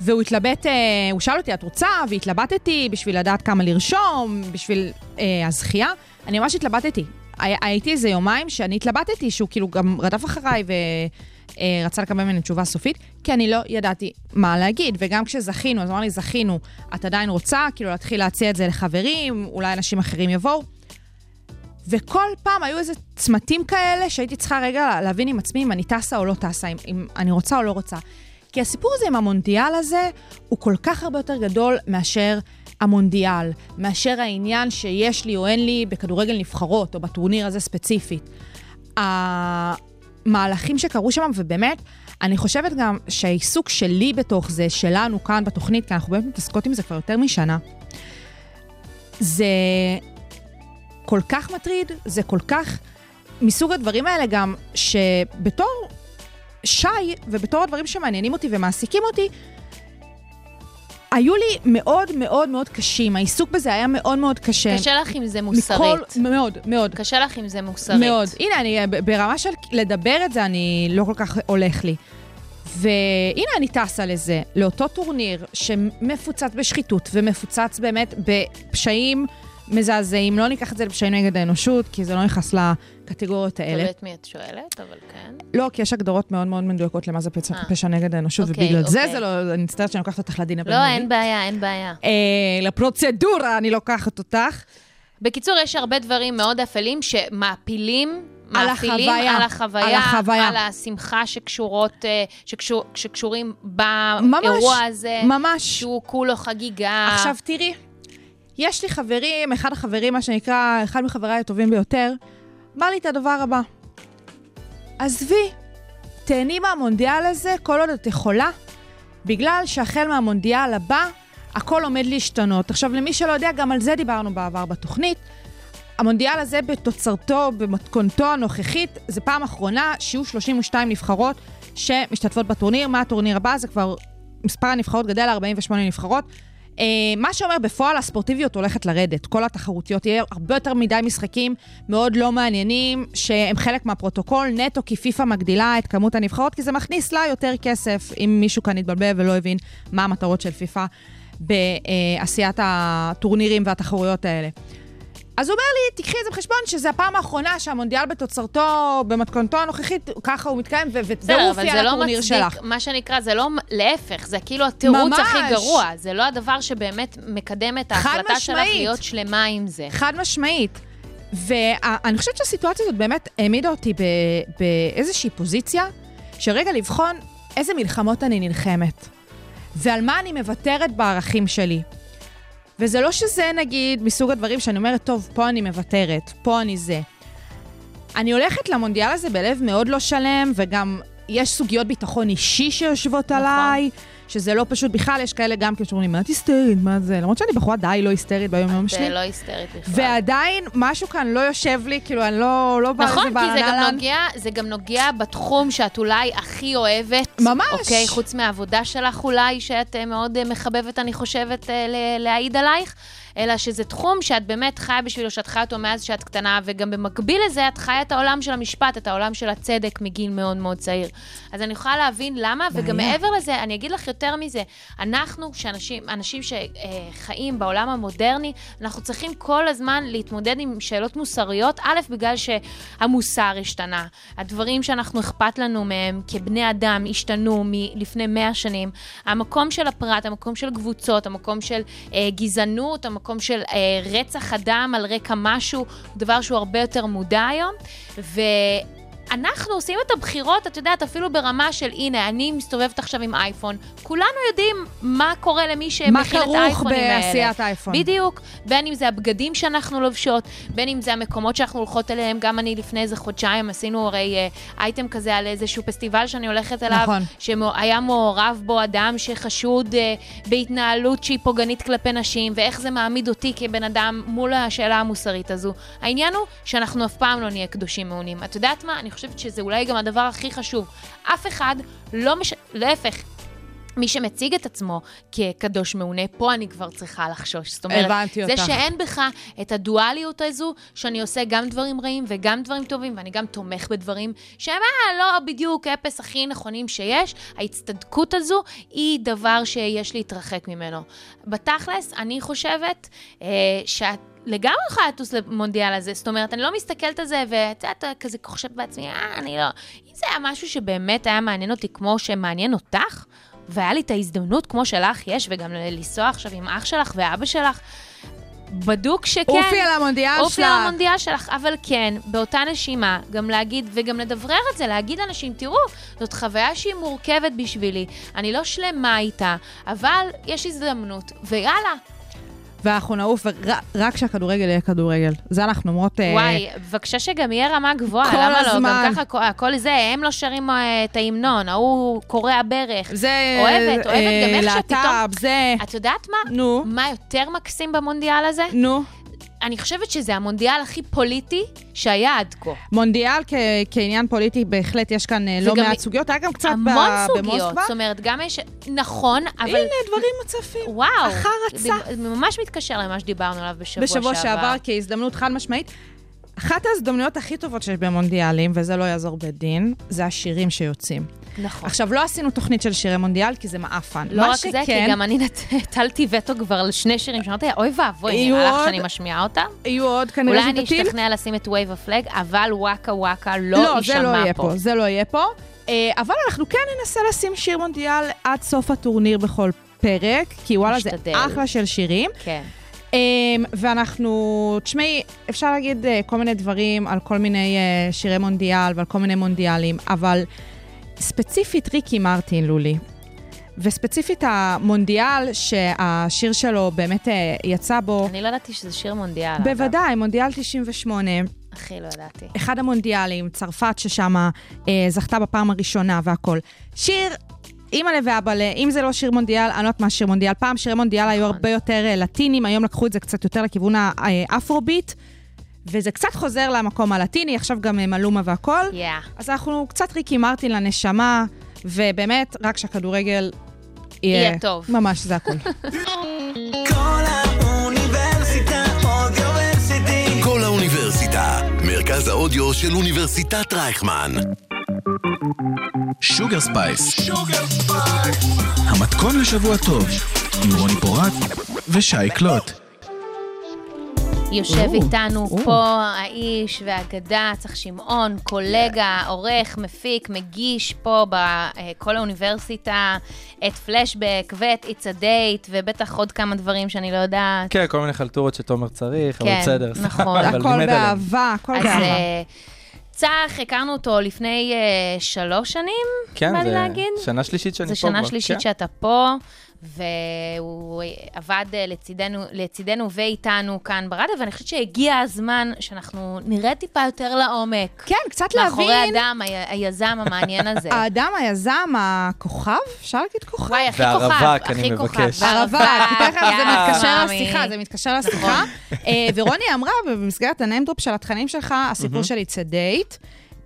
[SPEAKER 5] והוא התלבט, אה, הוא שאל אותי, את רוצה? והתלבטתי בשביל לדעת כמה לרשום, בשביל אה, הזכייה. אני ממש התלבטתי. הי, הייתי איזה יומיים שאני התלבטתי, שהוא כאילו גם רדף אחריי ורצה לקבל ממני תשובה סופית, כי אני לא ידעתי מה להגיד. וגם כשזכינו, אז הוא אמר לי, זכינו, את עדיין רוצה? כאילו להתחיל להציע את זה לחברים, אולי אנשים אחרים יבואו. וכל פעם היו איזה צמתים כאלה שהייתי צריכה רגע להבין עם עצמי אם אני טסה או לא טסה, אם, אם אני רוצה או לא רוצה. כי הסיפור הזה עם המונדיאל הזה הוא כל כך הרבה יותר גדול מאשר המונדיאל, מאשר העניין שיש לי או אין לי בכדורגל נבחרות או בטורניר הזה ספציפית. המהלכים שקרו שם, ובאמת, אני חושבת גם שהעיסוק שלי בתוך זה, שלנו כאן בתוכנית, כי אנחנו באמת מתעסקות עם זה כבר יותר משנה, זה כל כך מטריד, זה כל כך מסוג הדברים האלה גם, שבתור שי ובתור הדברים שמעניינים אותי ומעסיקים אותי, היו לי מאוד מאוד מאוד קשים, העיסוק בזה היה מאוד מאוד קשה.
[SPEAKER 4] קשה לך אם זה
[SPEAKER 5] מכל-
[SPEAKER 4] מוסרית.
[SPEAKER 5] מאוד, מאוד.
[SPEAKER 4] קשה לך אם זה מוסרית.
[SPEAKER 5] מאוד. הנה, אני, אה, ב- ברמה של לדבר את זה, אני לא כל כך הולך לי. והנה, אני טסה לזה, לאותו טורניר שמפוצץ בשחיתות ומפוצץ באמת בפשעים מזעזעים. לא ניקח את זה לפשעים נגד האנושות, כי זה לא נכנס לקטגוריות
[SPEAKER 4] אתה
[SPEAKER 5] האלה.
[SPEAKER 4] לא יודעת מי את שואלת, אבל כן.
[SPEAKER 5] לא, כי יש הגדרות מאוד מאוד מדויקות למה זה פצע,
[SPEAKER 4] אה.
[SPEAKER 5] פשע נגד האנושות,
[SPEAKER 4] אוקיי,
[SPEAKER 5] ובגלל זה
[SPEAKER 4] אוקיי.
[SPEAKER 5] זה לא... אני מצטערת שאני לוקחת אותך לדין
[SPEAKER 4] לא,
[SPEAKER 5] הבינלאומי.
[SPEAKER 4] אין בעיה, אין בעיה.
[SPEAKER 5] אה, לפרוצדורה אני לוקחת אותך.
[SPEAKER 4] בקיצור, יש הרבה דברים מאוד אפלים שמעפילים,
[SPEAKER 5] על
[SPEAKER 4] מעפילים
[SPEAKER 5] החוויה,
[SPEAKER 4] על החוויה,
[SPEAKER 5] על החוויה.
[SPEAKER 4] על השמחה שקשורות, אה, שקשור, שקשורים
[SPEAKER 5] ממש,
[SPEAKER 4] באירוע הזה,
[SPEAKER 5] ממש.
[SPEAKER 4] שהוא כולו חגיגה.
[SPEAKER 5] עכשיו תראי, יש לי חברים, אחד החברים, מה שנקרא, אחד מחבריי הטובים ביותר, בא לי את הדבר הבא. עזבי, תהני מהמונדיאל הזה כל עוד את יכולה, בגלל שהחל מהמונדיאל הבא, הכל עומד להשתנות. עכשיו, למי שלא יודע, גם על זה דיברנו בעבר בתוכנית. המונדיאל הזה בתוצרתו, במתכונתו הנוכחית, זה פעם אחרונה שיהיו 32 נבחרות שמשתתפות בטורניר. מה הטורניר הבא? זה כבר מספר הנבחרות גדל ל-48 נבחרות. אה, מה שאומר, בפועל הספורטיביות הולכת לרדת. כל התחרותיות, יהיה הרבה יותר מדי משחקים מאוד לא מעניינים, שהם חלק מהפרוטוקול, נטו כי פיפ"א מגדילה את כמות הנבחרות, כי זה מכניס לה יותר כסף, אם מישהו כאן התבלבל ולא הבין מה המטרות של פיפ"א בעשיית הטורנירים והתחרויות האלה. אז הוא אומר לי, תיקחי את זה בחשבון, שזה הפעם האחרונה שהמונדיאל בתוצרתו, במתכונתו הנוכחית, ככה הוא מתקיים, ו-
[SPEAKER 4] בסדר,
[SPEAKER 5] וטירוף
[SPEAKER 4] אבל
[SPEAKER 5] יהיה
[SPEAKER 4] זה
[SPEAKER 5] על
[SPEAKER 4] לא
[SPEAKER 5] הטורניר
[SPEAKER 4] מצדיק,
[SPEAKER 5] שלך.
[SPEAKER 4] מה שנקרא, זה לא, להפך, זה כאילו התירוץ
[SPEAKER 5] ממש.
[SPEAKER 4] הכי גרוע. זה לא הדבר שבאמת מקדם את ההחלטה שלך
[SPEAKER 5] משמעית.
[SPEAKER 4] להיות שלמה עם זה.
[SPEAKER 5] חד משמעית. ואני חושבת שהסיטואציה הזאת באמת העמידה אותי ב- באיזושהי פוזיציה, שרגע לבחון איזה מלחמות אני נלחמת, ועל מה אני מוותרת בערכים שלי. וזה לא שזה, נגיד, מסוג הדברים שאני אומרת, טוב, פה אני מוותרת, פה אני זה. אני הולכת למונדיאל הזה בלב מאוד לא שלם, וגם יש סוגיות ביטחון אישי שיושבות נכון. עליי, שזה לא פשוט בכלל, יש כאלה גם כן שאומרים, מה את היסטרית, מה זה? למרות שאני בחורה די לא היסטרית ביום-יום שלי.
[SPEAKER 4] זה לא היסטרית בכלל.
[SPEAKER 5] ועדיין משהו כאן לא יושב לי, כאילו, אני לא, לא באה לזה
[SPEAKER 4] נכון, כי זה גם,
[SPEAKER 5] בהנהלן.
[SPEAKER 4] נוגע, זה גם נוגע בתחום שאת אולי הכי אוהבת.
[SPEAKER 5] ממש.
[SPEAKER 4] אוקיי, חוץ מהעבודה שלך אולי, שאת אה, מאוד אה, מחבבת, אני חושבת, אה, ל- להעיד עלייך, אלא שזה תחום שאת באמת חיה בשבילו, שאת חיה אותו מאז שאת קטנה, וגם במקביל לזה את חיה את העולם של המשפט, את העולם של הצדק מגיל מאוד מאוד צעיר. אז אני יכולה להבין למה, וגם
[SPEAKER 5] בעיה.
[SPEAKER 4] מעבר לזה, אני אגיד לך יותר מזה, אנחנו, שאנשים, אנשים שחיים בעולם המודרני, אנחנו צריכים כל הזמן להתמודד עם שאלות מוסריות, א', בגלל שהמוסר השתנה. הדברים שאנחנו אכפת לנו מהם כבני אדם השתנו מלפני 100 שנים. המקום של הפרט, המקום של קבוצות, המקום של אה, גזענות, המקום של אה, רצח אדם על רקע משהו, הוא דבר שהוא הרבה יותר מודע היום. ו... אנחנו עושים את הבחירות, את יודעת, אפילו ברמה של, הנה, אני מסתובבת עכשיו עם אייפון. כולנו יודעים מה קורה למי
[SPEAKER 5] מה
[SPEAKER 4] שמכין את האייפונים האלה.
[SPEAKER 5] כרוך בעשיית האייפון.
[SPEAKER 4] בדיוק, בין אם זה הבגדים שאנחנו לובשות, בין אם זה המקומות שאנחנו הולכות אליהם, גם אני לפני איזה חודשיים עשינו הרי אה, אייטם כזה על איזשהו פסטיבל שאני הולכת אליו,
[SPEAKER 5] נכון.
[SPEAKER 4] שהיה מעורב בו אדם שחשוד אה, בהתנהלות שהיא פוגענית כלפי נשים, ואיך זה מעמיד אותי כבן אדם מול השאלה המוסרית הזו. העניין הוא שאנחנו אף פעם לא נהיה קדושים מעונים. את יודעת מה? אני חושבת שזה אולי גם הדבר הכי חשוב. אף אחד לא מש... להפך. מי שמציג את עצמו כקדוש מעונה, פה אני כבר צריכה לחשוש. זאת אומרת,
[SPEAKER 5] הבנתי
[SPEAKER 4] זה
[SPEAKER 5] אותך.
[SPEAKER 4] שאין בך את הדואליות הזו, שאני עושה גם דברים רעים וגם דברים טובים, ואני גם תומך בדברים שהם אה, לא בדיוק אפס הכי נכונים שיש, ההצטדקות הזו היא דבר שיש להתרחק ממנו. בתכלס, אני חושבת אה, שאת... לגמרי יכולה לטוס למונדיאל הזה, זאת אומרת, אני לא מסתכלת על זה, ואת יודעת, כזה חושבת בעצמי, אה, אני לא... אם זה היה משהו שבאמת היה מעניין אותי כמו שמעניין אותך, והיה לי את ההזדמנות כמו שלך יש, וגם ל- לנסוע עכשיו עם אח שלך ואבא שלך, בדוק שכן.
[SPEAKER 5] אופי על המונדיאל
[SPEAKER 4] כן. אופי
[SPEAKER 5] שלך.
[SPEAKER 4] על המונדיאל שלך, אבל כן, באותה נשימה, גם להגיד, וגם לדברר את זה, להגיד לאנשים, תראו, זאת חוויה שהיא מורכבת בשבילי, אני לא שלמה איתה, אבל יש הזדמנות, ויאללה,
[SPEAKER 5] ואנחנו נעוף, ור- רק שהכדורגל יהיה כדורגל. זה אנחנו אומרות... אה,
[SPEAKER 4] וואי, בבקשה שגם יהיה רמה גבוהה,
[SPEAKER 5] כל
[SPEAKER 4] למה לא?
[SPEAKER 5] הזמן.
[SPEAKER 4] גם ככה הכ- הכל זה, הם לא שרים אה, את ההמנון, ההוא קורע ברך.
[SPEAKER 5] זה... אה,
[SPEAKER 4] אוהבת, אוהבת, גם איך שאת פתאום-
[SPEAKER 5] להט"ב, זה...
[SPEAKER 4] את יודעת מה?
[SPEAKER 5] נו,
[SPEAKER 4] מה יותר מקסים במונדיאל הזה?
[SPEAKER 5] נו.
[SPEAKER 4] אני חושבת שזה המונדיאל הכי פוליטי שהיה עד כה.
[SPEAKER 5] מונדיאל כ- כעניין פוליטי, בהחלט יש כאן אה, לא
[SPEAKER 4] וגם
[SPEAKER 5] מעט
[SPEAKER 4] מ-
[SPEAKER 5] סוגיות, היה גם קצת
[SPEAKER 4] המון
[SPEAKER 5] ב-
[SPEAKER 4] סוגיות.
[SPEAKER 5] במוסקבה.
[SPEAKER 4] זאת אומרת, גם יש... נכון, אבל...
[SPEAKER 5] הנה, דברים מוצפים.
[SPEAKER 4] וואו.
[SPEAKER 5] החרצה.
[SPEAKER 4] זה ממש מתקשר למה שדיברנו עליו בשבוע,
[SPEAKER 5] בשבוע שעבר כהזדמנות חד משמעית. אחת ההזדמנויות הכי טובות שיש במונדיאלים, וזה לא יעזור בית דין, זה השירים שיוצאים.
[SPEAKER 4] נכון.
[SPEAKER 5] עכשיו, לא עשינו תוכנית של שירי מונדיאל, כי זה מעפן.
[SPEAKER 4] לא
[SPEAKER 5] מה
[SPEAKER 4] רק זה, כי
[SPEAKER 5] שכן,
[SPEAKER 4] גם אני נת- הטלתי וטו כבר על שני שירים שאמרתי, אוי ואבוי,
[SPEAKER 5] יהיו
[SPEAKER 4] נראה לך
[SPEAKER 5] עוד-
[SPEAKER 4] שאני משמיעה אותם?
[SPEAKER 5] יהיו עוד כנראה
[SPEAKER 4] אולי אני
[SPEAKER 5] שתטיל.
[SPEAKER 4] אשתכנע לשים את וייב הפלג, אבל וואקה וואקה לא
[SPEAKER 5] לא, זה לא
[SPEAKER 4] יישמע
[SPEAKER 5] יהיה
[SPEAKER 4] פה.
[SPEAKER 5] פה, זה לא יהיה פה. אה, אבל אנחנו כן ננסה לשים שיר מונדיאל עד סוף הטורניר בכל פרק, כי וואלה, זה
[SPEAKER 4] נשתדל.
[SPEAKER 5] אחלה של שירים.
[SPEAKER 4] כן.
[SPEAKER 5] אמ, ואנחנו, תשמעי, אפשר להגיד אה, כל מיני דברים על כל מיני אה, שירי מונדיאל ועל כל מיני מונדיאלים, אבל ספציפית ריקי מרטין, לולי, וספציפית המונדיאל שהשיר שלו באמת אה, יצא בו,
[SPEAKER 4] אני לא ידעתי שזה שיר מונדיאל. אגב.
[SPEAKER 5] בוודאי, מונדיאל 98,
[SPEAKER 4] הכי לא ידעתי.
[SPEAKER 5] אחד המונדיאלים, צרפת ששם אה, זכתה בפעם הראשונה והכל. שיר, אימא'לה ואבאלה, אם זה לא שיר מונדיאל, אני לא יודעת מה שיר מונדיאל. פעם שירי מונדיאל
[SPEAKER 4] נכון.
[SPEAKER 5] היו הרבה יותר אה, לטינים, היום לקחו את זה קצת יותר לכיוון האפרוביט, וזה קצת חוזר למקום הלטיני, עכשיו גם אה, מלומה והכל.
[SPEAKER 4] יאה.
[SPEAKER 5] אז אנחנו קצת ריקי מרטין לנשמה, ובאמת, רק שהכדורגל
[SPEAKER 4] יהיה טוב.
[SPEAKER 5] ממש, זה הכול.
[SPEAKER 7] כל האוניברסיטה אודיוורסיטי
[SPEAKER 1] כל האוניברסיטה, מרכז האודיו של אוניברסיטת רייכמן.
[SPEAKER 3] שוגר ספייס. המתכון לשבוע טוב, עם רוני פורט ושי קלוט.
[SPEAKER 4] יושב
[SPEAKER 5] או,
[SPEAKER 4] איתנו
[SPEAKER 5] או.
[SPEAKER 4] פה האיש והאגדה, צריך שמעון, קולגה, עורך, מפיק, מגיש פה בכל האוניברסיטה את פלשבק ואת It's a Date, ובטח עוד כמה דברים שאני לא יודעת.
[SPEAKER 8] כן, כל מיני חלטורות שתומר צריך,
[SPEAKER 4] כן,
[SPEAKER 8] אבל בסדר.
[SPEAKER 4] נכון.
[SPEAKER 8] אבל
[SPEAKER 5] הכל
[SPEAKER 8] מת עליהם.
[SPEAKER 5] באהבה, הכל
[SPEAKER 8] כן,
[SPEAKER 4] אז
[SPEAKER 5] באהבה.
[SPEAKER 4] אה, צח, הכרנו אותו לפני אה, שלוש שנים,
[SPEAKER 8] כן,
[SPEAKER 4] בא לי
[SPEAKER 8] זה
[SPEAKER 4] להגיד.
[SPEAKER 8] שנה שלישית שאני פה.
[SPEAKER 4] זו שנה
[SPEAKER 8] כבר,
[SPEAKER 4] שלישית
[SPEAKER 8] כן.
[SPEAKER 4] שאתה פה, והוא עבד אה, לצידנו, לצידנו ואיתנו כאן ברדיו, ואני חושבת שהגיע הזמן שאנחנו נראה טיפה יותר לעומק.
[SPEAKER 5] כן, קצת
[SPEAKER 4] מאחורי
[SPEAKER 5] להבין, אה,
[SPEAKER 4] אדם, ה- היזם המעניין הזה.
[SPEAKER 5] האדם, היזם, הכוכב, אפשר להגיד כוכב?
[SPEAKER 4] וואי, הכי
[SPEAKER 8] והרווק,
[SPEAKER 4] כוכב,
[SPEAKER 8] אני
[SPEAKER 4] הכי כוכב.
[SPEAKER 8] מבקש.
[SPEAKER 5] ערבה, ככה זה
[SPEAKER 4] יאללה,
[SPEAKER 5] מתקשר
[SPEAKER 4] מאמי.
[SPEAKER 5] לשיחה, זה מתקשר לשיחה. אה, ורוני אמרה במסגרת הנאמדרופ של התכנים שלך, הסיפור של It's a Date,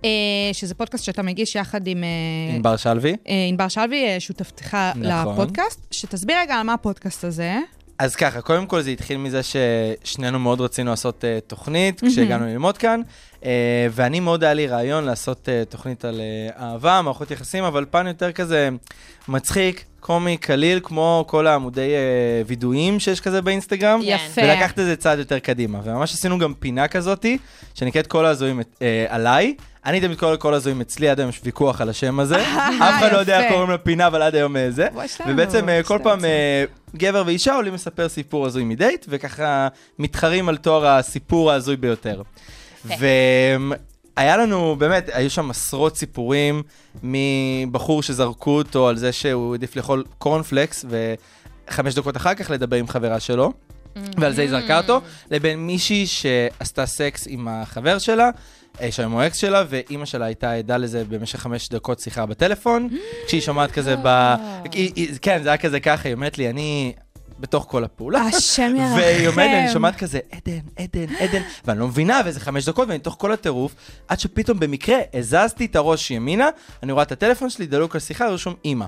[SPEAKER 5] אה, שזה פודקאסט שאתה מגיש יחד עם... אה,
[SPEAKER 8] ענבר שלוי.
[SPEAKER 5] אה, ענבר שלוי, אה, שותפתך
[SPEAKER 8] נכון.
[SPEAKER 5] לפודקאסט, שתסביר רגע על מה הפודקאסט הזה.
[SPEAKER 8] אז ככה, קודם כל זה התחיל מזה ששנינו מאוד רצינו לעשות uh, תוכנית כשהגענו ללמוד כאן, uh, ואני מאוד היה לי רעיון לעשות uh, תוכנית על uh, אהבה, מערכות יחסים, אבל פן יותר כזה מצחיק, קומי, קליל, כמו כל העמודי uh, וידויים שיש כזה באינסטגרם.
[SPEAKER 5] יפה.
[SPEAKER 8] ולקחת את זה צעד יותר קדימה, וממש עשינו גם פינה כזאתי, שנקראת כל ההזויים אה, עליי. אני תמיד קורא לכל ההזויים אצלי, עד היום יש ויכוח על השם הזה. אף אחד לא יודע
[SPEAKER 5] יפה.
[SPEAKER 8] איך קוראים לפינה, אבל עד היום אה, זה.
[SPEAKER 5] בוא, יש לנו,
[SPEAKER 8] ובעצם אה,
[SPEAKER 5] יש
[SPEAKER 8] כל
[SPEAKER 5] לנו
[SPEAKER 8] פעם
[SPEAKER 5] זה.
[SPEAKER 8] אה, גבר ואישה עולים לספר סיפור הזוי מדייט, וככה מתחרים על תואר הסיפור ההזוי ביותר.
[SPEAKER 5] כן.
[SPEAKER 8] והיה לנו, באמת, היו שם עשרות סיפורים מבחור שזרקו אותו על זה שהוא העדיף לאכול קורנפלקס, וחמש דקות אחר כך לדבר עם חברה שלו. ועל זה היא זרקה אותו, לבין מישהי שעשתה סקס עם החבר שלה, אה, שהיום הוא אקס שלה, ואימא שלה הייתה עדה לזה במשך חמש דקות שיחה בטלפון, כשהיא שומעת כזה ב...
[SPEAKER 5] אה.
[SPEAKER 8] היא- היא- כן, זה היה כזה ככה, היא אומרת לי, אני בתוך כל הפעולה.
[SPEAKER 5] השם ירחם.
[SPEAKER 8] והיא עומדת, אני שומעת כזה, עדן, עדן, עדן, ואני לא מבינה, ואיזה חמש דקות, ואני תוך כל הטירוף, עד שפתאום במקרה הזזתי את הראש ימינה, אני רואה את הטלפון שלי דלוק על שיחה, רשום אימא.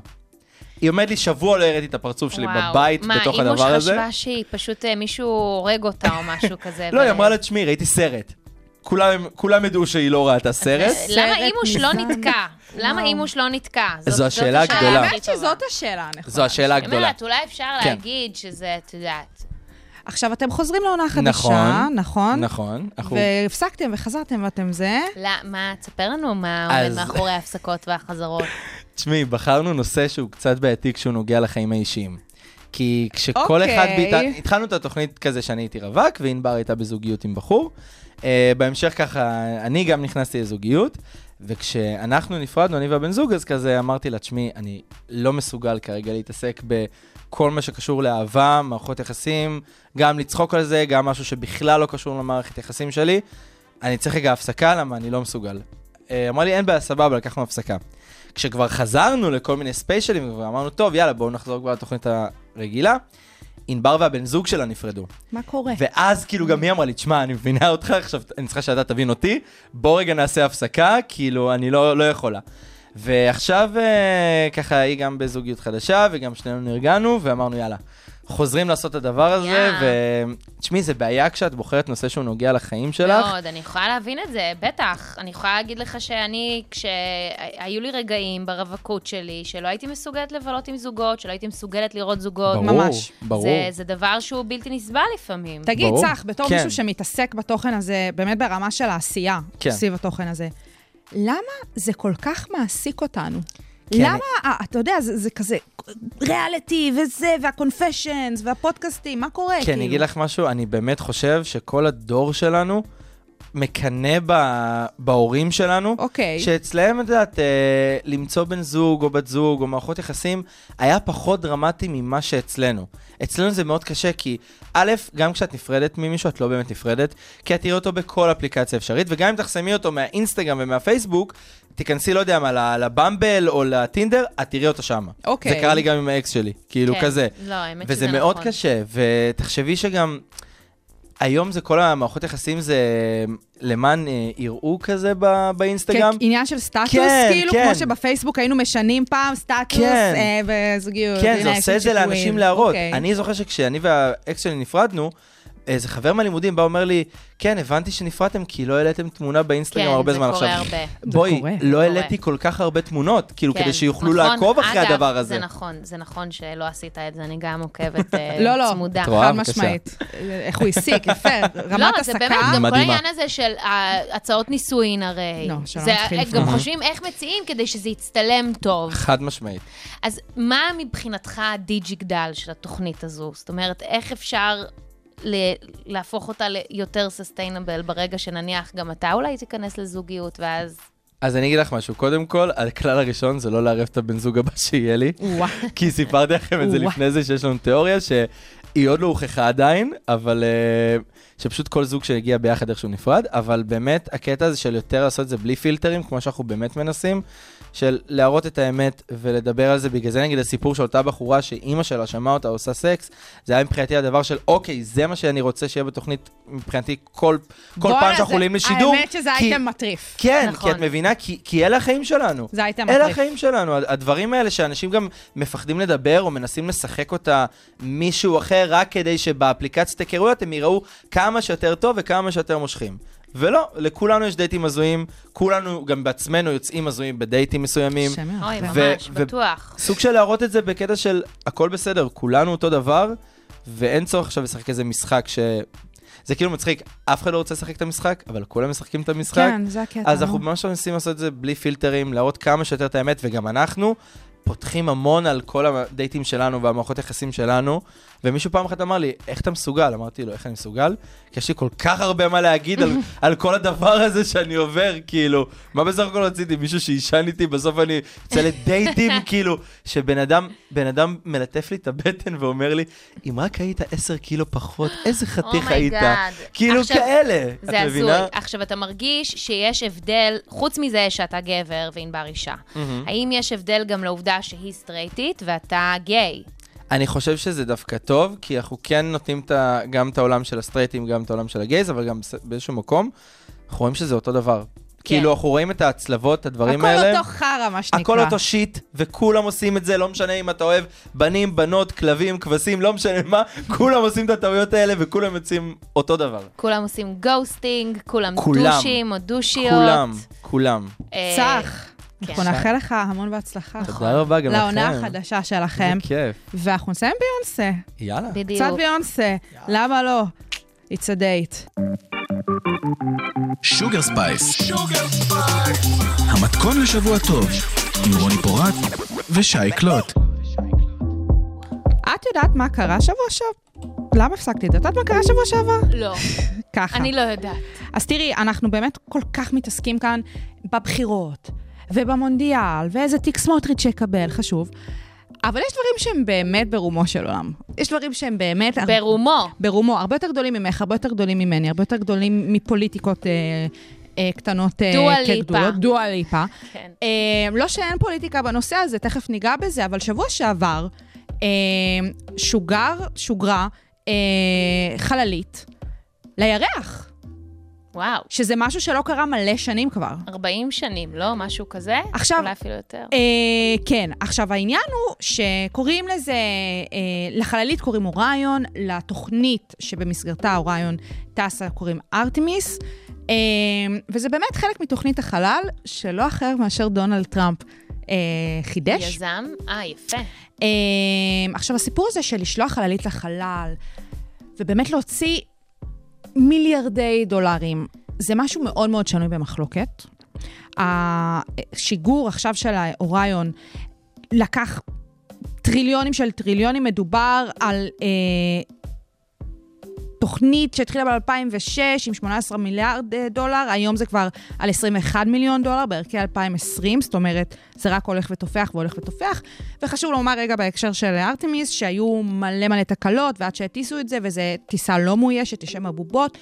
[SPEAKER 8] היא אומרת לי, שבוע לא הראיתי את הפרצוף שלי
[SPEAKER 4] וואו,
[SPEAKER 8] בבית, בתוך הדבר
[SPEAKER 4] מה, אימא
[SPEAKER 8] הזה.
[SPEAKER 4] חשבה שהיא פשוט אה, מישהו הורג אותה או משהו כזה.
[SPEAKER 8] לא, היא
[SPEAKER 4] ו-
[SPEAKER 8] אמרה לה, תשמעי, ראיתי סרט. כולם, כולם ידעו שהיא לא ראתה סרט.
[SPEAKER 4] למה
[SPEAKER 5] סרט
[SPEAKER 4] אימוש לא
[SPEAKER 5] ניסן.
[SPEAKER 4] נתקע? למה אימוש לא נתקע? זאת-
[SPEAKER 8] זו
[SPEAKER 4] זאת
[SPEAKER 8] השאלה הגדולה.
[SPEAKER 4] הכי
[SPEAKER 5] האמת
[SPEAKER 4] טובה.
[SPEAKER 5] שזאת השאלה הנכונה.
[SPEAKER 8] זו השאלה
[SPEAKER 4] אני
[SPEAKER 8] הגדולה.
[SPEAKER 4] אומרת, אולי אפשר
[SPEAKER 8] כן.
[SPEAKER 4] להגיד שזה, את יודעת,
[SPEAKER 5] עכשיו, אתם חוזרים לעונה חדשה,
[SPEAKER 8] נכון,
[SPEAKER 5] נכון?
[SPEAKER 8] נכון, אנחנו...
[SPEAKER 5] והפסקתם וחזרתם ואתם זה.
[SPEAKER 4] לא, מה, תספר לנו מה עומד
[SPEAKER 8] אז-
[SPEAKER 4] מאחורי ההפסקות והחזרות.
[SPEAKER 8] תשמעי, בחרנו נושא שהוא קצת בעייתי כשהוא נוגע לחיים האישיים. כי כשכל
[SPEAKER 5] אוקיי.
[SPEAKER 8] אחד מאיתנו, התחלנו את התוכנית כזה שאני הייתי רווק, וענבר הייתה בזוגיות עם בחור. Uh, בהמשך ככה, אני גם נכנסתי לזוגיות, וכשאנחנו נפרדנו, אני והבן זוג, אז כזה אמרתי לה, תשמעי, אני לא מסוגל כרגע להתעסק בכל מה שקשור לאהבה, מערכות יחסים, גם לצחוק על זה, גם משהו שבכלל לא קשור למערכת יחסים שלי. אני צריך רגע הפסקה, למה אני לא מסוגל. אה, אמרה לי, אין בעיה, סבבה, לקחנו הפסקה. כשכבר חזרנו לכל מיני ספיישלים, וכבר אמרנו, טוב, יאללה, בואו נחזור כבר לתוכנית הרגילה. ענבר והבן זוג שלה נפרדו.
[SPEAKER 4] אה.
[SPEAKER 5] מה קורה?
[SPEAKER 8] ואז כאילו גם היא אמרה לי, תשמע, אני מבינה אותך, עכשיו אני צריכה שאתה תבין אותי, בוא רגע נעשה הפסקה, כאילו, אני לא, לא יכולה. ועכשיו אה, ככה היא גם בזוגיות חדשה, וגם שנינו נרגענו, ואמרנו, יאללה, חוזרים לעשות את הדבר הזה,
[SPEAKER 4] יאה.
[SPEAKER 8] ותשמעי, זה בעיה כשאת בוחרת נושא שהוא נוגע לחיים שלך.
[SPEAKER 4] מאוד, אני יכולה להבין את זה, בטח. אני יכולה להגיד לך שאני, כשהיו לי רגעים ברווקות שלי, שלא הייתי מסוגלת לבלות עם זוגות, שלא הייתי מסוגלת לראות זוגות.
[SPEAKER 8] ברור,
[SPEAKER 5] ממש.
[SPEAKER 8] ברור.
[SPEAKER 4] זה, זה דבר שהוא בלתי נסבל לפעמים.
[SPEAKER 5] תגיד,
[SPEAKER 8] ברור.
[SPEAKER 5] צח, בתור
[SPEAKER 8] כן.
[SPEAKER 5] מישהו שמתעסק בתוכן הזה, באמת ברמה של העשייה,
[SPEAKER 8] כן.
[SPEAKER 5] סביב התוכן הזה, למה זה כל כך מעסיק אותנו?
[SPEAKER 8] כן.
[SPEAKER 5] למה, אה, אתה יודע, זה, זה כזה ריאליטי וזה, והקונפשיינס, והפודקאסטים, מה קורה? כאילו?
[SPEAKER 8] כן, אני אגיד לך משהו, אני באמת חושב שכל הדור שלנו מקנא ב- בהורים שלנו.
[SPEAKER 5] אוקיי.
[SPEAKER 8] שאצלהם, את יודעת, אה, למצוא בן זוג או בת זוג או מערכות יחסים היה פחות דרמטי ממה שאצלנו. אצלנו זה מאוד קשה, כי א', גם כשאת נפרדת ממישהו, את לא באמת נפרדת, כי את תראי אותו בכל אפליקציה אפשרית, וגם אם תחסמי אותו מהאינסטגרם ומהפייסבוק, תיכנסי, לא יודע מה, ל- לבמבל או לטינדר, את תראי אותו שם.
[SPEAKER 5] אוקיי.
[SPEAKER 8] זה קרה לי גם עם האקס שלי, כאילו
[SPEAKER 4] כן.
[SPEAKER 8] כזה.
[SPEAKER 4] לא, האמת
[SPEAKER 8] וזה
[SPEAKER 4] שזה
[SPEAKER 8] מאוד
[SPEAKER 4] נכון.
[SPEAKER 8] קשה, ותחשבי שגם... היום זה כל המערכות יחסים זה למען אה, יראו כזה ב- באינסטגרם.
[SPEAKER 4] כאילו,
[SPEAKER 5] כעניין של סטטוס,
[SPEAKER 8] כן,
[SPEAKER 5] כאילו,
[SPEAKER 8] כן.
[SPEAKER 5] כמו שבפייסבוק היינו משנים פעם סטטוס
[SPEAKER 8] כן.
[SPEAKER 5] אה, וזוגיות.
[SPEAKER 8] כן, זה
[SPEAKER 5] הנה,
[SPEAKER 8] עושה את זה
[SPEAKER 5] שיפועים.
[SPEAKER 8] לאנשים להראות.
[SPEAKER 5] אוקיי.
[SPEAKER 8] אני זוכר שכשאני והאקס שלי נפרדנו, איזה חבר מהלימודים בא אומר לי, כן, הבנתי שנפרדתם כי לא העליתם תמונה באינסטגרם
[SPEAKER 4] כן,
[SPEAKER 8] הרבה
[SPEAKER 4] זה
[SPEAKER 8] זמן
[SPEAKER 4] קורה
[SPEAKER 8] עכשיו.
[SPEAKER 4] הרבה.
[SPEAKER 8] בואי,
[SPEAKER 5] קורה.
[SPEAKER 8] לא
[SPEAKER 4] קורה.
[SPEAKER 8] העליתי כל כך הרבה תמונות, כאילו,
[SPEAKER 4] כן,
[SPEAKER 8] כדי שיוכלו
[SPEAKER 4] נכון.
[SPEAKER 8] לעקוב אחרי
[SPEAKER 4] אגב,
[SPEAKER 8] הדבר הזה.
[SPEAKER 4] זה נכון, זה נכון שלא עשית את זה, אני גם עוקבת אה,
[SPEAKER 5] לא, לא,
[SPEAKER 4] צמודה.
[SPEAKER 8] את רואה?
[SPEAKER 5] חד
[SPEAKER 8] בבקשה.
[SPEAKER 5] משמעית. אה, איך הוא הסיק, יפה,
[SPEAKER 4] לא,
[SPEAKER 5] רמת
[SPEAKER 4] זה
[SPEAKER 5] הסקה.
[SPEAKER 4] באמת, גם כל
[SPEAKER 8] מדהימה.
[SPEAKER 4] העניין הזה של אה, הצעות נישואין הרי.
[SPEAKER 5] לא, שלא
[SPEAKER 4] זה,
[SPEAKER 5] נתחיל
[SPEAKER 4] אה,
[SPEAKER 5] לפני.
[SPEAKER 4] גם חושבים איך מציעים כדי שזה יצטלם טוב.
[SPEAKER 8] חד משמעית.
[SPEAKER 4] אז מה מבחינתך הדיג'יגדל של התוכנית הזו? זאת אומרת, איך אפשר ל- להפוך אותה ליותר סוסטיינבל ברגע שנניח גם אתה אולי תיכנס לזוגיות, ואז...
[SPEAKER 8] אז אני אגיד לך משהו, קודם כל, הכלל הראשון זה לא לערב את הבן זוג הבא שיהיה לי,
[SPEAKER 5] וואו.
[SPEAKER 8] כי סיפרתי לכם את זה
[SPEAKER 5] וואו.
[SPEAKER 8] לפני זה, שיש לנו תיאוריה שהיא עוד לא הוכחה עדיין, אבל אה, שפשוט כל זוג שהגיע ביחד איכשהו נפרד, אבל באמת, הקטע הזה של יותר לעשות את זה בלי פילטרים, כמו שאנחנו באמת מנסים, של להראות את האמת ולדבר על זה, בגלל זה נגיד הסיפור של אותה בחורה שאימא שלה שמעה אותה עושה סקס, זה היה מבחינתי הדבר של, אוקיי, זה מה שאני רוצה שיהיה בתוכנית, מבחינתי כל, כל
[SPEAKER 5] בואנה,
[SPEAKER 8] פעם
[SPEAKER 5] זה-
[SPEAKER 8] שאנחנו עולים לשידור.
[SPEAKER 5] האמת שזה
[SPEAKER 8] כי-
[SPEAKER 5] אייטם מטריף.
[SPEAKER 8] כן, נכון.
[SPEAKER 4] נכון.
[SPEAKER 8] כי את מבינה, כי, כי אלה החיים שלנו.
[SPEAKER 5] זה אייטם
[SPEAKER 8] אלה
[SPEAKER 5] מטריף.
[SPEAKER 8] החיים שלנו, הד- הדברים האלה שאנשים גם מפחדים לדבר או מנסים לשחק אותה מישהו אחר רק כדי שבאפליקציית היכרויות הם יראו כמה שיותר טוב וכמה שיותר מושכים. ולא, לכולנו יש דייטים הזויים, כולנו גם בעצמנו יוצאים הזויים בדייטים מסוימים.
[SPEAKER 5] שם ירח.
[SPEAKER 4] אוי,
[SPEAKER 8] אה, ו-
[SPEAKER 4] ממש,
[SPEAKER 8] ו-
[SPEAKER 4] בטוח.
[SPEAKER 8] סוג של להראות את זה בקטע של הכל בסדר, כולנו אותו דבר, ואין צורך עכשיו לשחק איזה משחק ש... זה כאילו מצחיק, אף אחד לא רוצה לשחק את המשחק, אבל כולם משחקים את המשחק.
[SPEAKER 5] כן, זה הקטע.
[SPEAKER 8] אז
[SPEAKER 4] לא-
[SPEAKER 5] נו.
[SPEAKER 8] אנחנו ממש מנסים לעשות את זה בלי פילטרים, להראות כמה שיותר את האמת, וגם אנחנו פותחים המון על כל הדייטים שלנו והמערכות יחסים שלנו, ומישהו פעם אחת אמר לי, איך אתה מסוגל? אמרתי לו, איך אני מסוגל? כי יש לי כל כך הרבה מה להגיד על, על כל הדבר הזה שאני עובר, כאילו, מה בסך הכל רציתי? מישהו שיישן איתי, בסוף אני יוצא לדייטים, כאילו, שבן אדם, בן אדם מלטף לי את הבטן ואומר לי, אם רק היית עשר קילו פחות, איזה חתיך
[SPEAKER 4] Oh my
[SPEAKER 8] היית.
[SPEAKER 4] God.
[SPEAKER 8] כאילו
[SPEAKER 4] עכשיו,
[SPEAKER 8] כאלה, את
[SPEAKER 4] זה הזוי.
[SPEAKER 8] מבינה?
[SPEAKER 4] עכשיו, אתה מרגיש שיש הבדל, חוץ מזה שאתה גבר וענבר אישה, האם יש הבדל גם לעובדה שהיא סטרייטית ואתה גיי?
[SPEAKER 8] אני חושב שזה דווקא טוב, כי אנחנו כן נותנים את ה, גם את העולם של הסטרייטים, גם את העולם של הגייז, אבל גם בס- באיזשהו מקום, אנחנו רואים שזה אותו דבר. כאילו, אנחנו רואים את ההצלבות, את הדברים
[SPEAKER 5] כן. הכל
[SPEAKER 8] האלה.
[SPEAKER 5] אותו חרא, מה שנקרא.
[SPEAKER 8] הכל אותו שיט, וכולם עושים את זה, לא משנה אם אתה אוהב בנים, בנות, כלבים, כבשים, לא משנה מה, כולם עושים את הטעויות האלה וכולם יוצאים אותו דבר.
[SPEAKER 4] כולם עושים גוסטינג, כולם,
[SPEAKER 8] כולם.
[SPEAKER 4] דושים או דושיות.
[SPEAKER 8] כולם, כולם.
[SPEAKER 4] אה,
[SPEAKER 5] צח.
[SPEAKER 4] כן.
[SPEAKER 5] אנחנו נאחל לך המון בהצלחה.
[SPEAKER 8] תודה רבה גם לכם.
[SPEAKER 5] נכון. לעונה החדשה שלכם.
[SPEAKER 8] איזה כיף.
[SPEAKER 5] ואנחנו נסיים ביונסה.
[SPEAKER 8] יאללה.
[SPEAKER 4] בדיוק.
[SPEAKER 5] קצת ביונסה. למה לא? It's a date.
[SPEAKER 3] שוגר ספייס. המתכון לשבוע טוב, עם רוני פורט ושי קלוט.
[SPEAKER 5] את יודעת מה קרה שבוע שעבר? למה הפסקתי את זה? את יודעת מה קרה שבוע שעבר?
[SPEAKER 4] לא,
[SPEAKER 5] ככה.
[SPEAKER 4] אני לא יודעת.
[SPEAKER 5] אז תראי, אנחנו באמת כל כך מתעסקים כאן בבחירות, ובמונדיאל, ואיזה תיק סמוטריץ' יקבל, חשוב. אבל יש דברים שהם באמת ברומו של עולם. יש דברים שהם באמת...
[SPEAKER 4] ברומו.
[SPEAKER 5] ברומו, הרבה יותר גדולים ממך, הרבה יותר גדולים ממני, הרבה יותר גדולים מפוליטיקות אה, אה, קטנות אה,
[SPEAKER 4] דואה ליפה.
[SPEAKER 5] כגדולות. דואה ליפה.
[SPEAKER 4] כן.
[SPEAKER 5] אה, לא שאין פוליטיקה בנושא הזה, תכף ניגע בזה, אבל שבוע שעבר, אה, אה, שוגר, שוגרה, אה, חללית, לירח,
[SPEAKER 4] וואו,
[SPEAKER 5] שזה משהו שלא קרה מלא שנים כבר.
[SPEAKER 4] 40 שנים, לא? משהו כזה?
[SPEAKER 5] עכשיו-
[SPEAKER 4] אולי אפילו יותר.
[SPEAKER 5] אה, כן, עכשיו העניין הוא שקוראים לזה, אה, לחללית קוראים אוריון, לתוכנית שבמסגרתה אוריון טסה קוראים ארתמיס, אה, וזה באמת חלק מתוכנית החלל, שלא אחר מאשר דונלד טראמפ אה, חידש.
[SPEAKER 4] יזם? אה, יפה.
[SPEAKER 5] אה, עכשיו, הסיפור הזה של לשלוח חללית לחלל, ובאמת להוציא מיליארדי דולרים, זה משהו מאוד מאוד שנוי במחלוקת. השיגור עכשיו של האוריון לקח טריליונים של טריליונים, מדובר על אה, תוכנית שהתחילה ב-2006 עם 18 מיליארד אה, דולר, היום זה כבר על 21 מיליון דולר בערכי 2020, זאת אומרת, זה רק הולך ותופח והולך ותופח. וחשוב לומר רגע בהקשר של ארתמיס, שהיו מלא מלא תקלות, ועד שהטיסו את זה, וזו טיסה לא מאוישת, יש שם הבובות.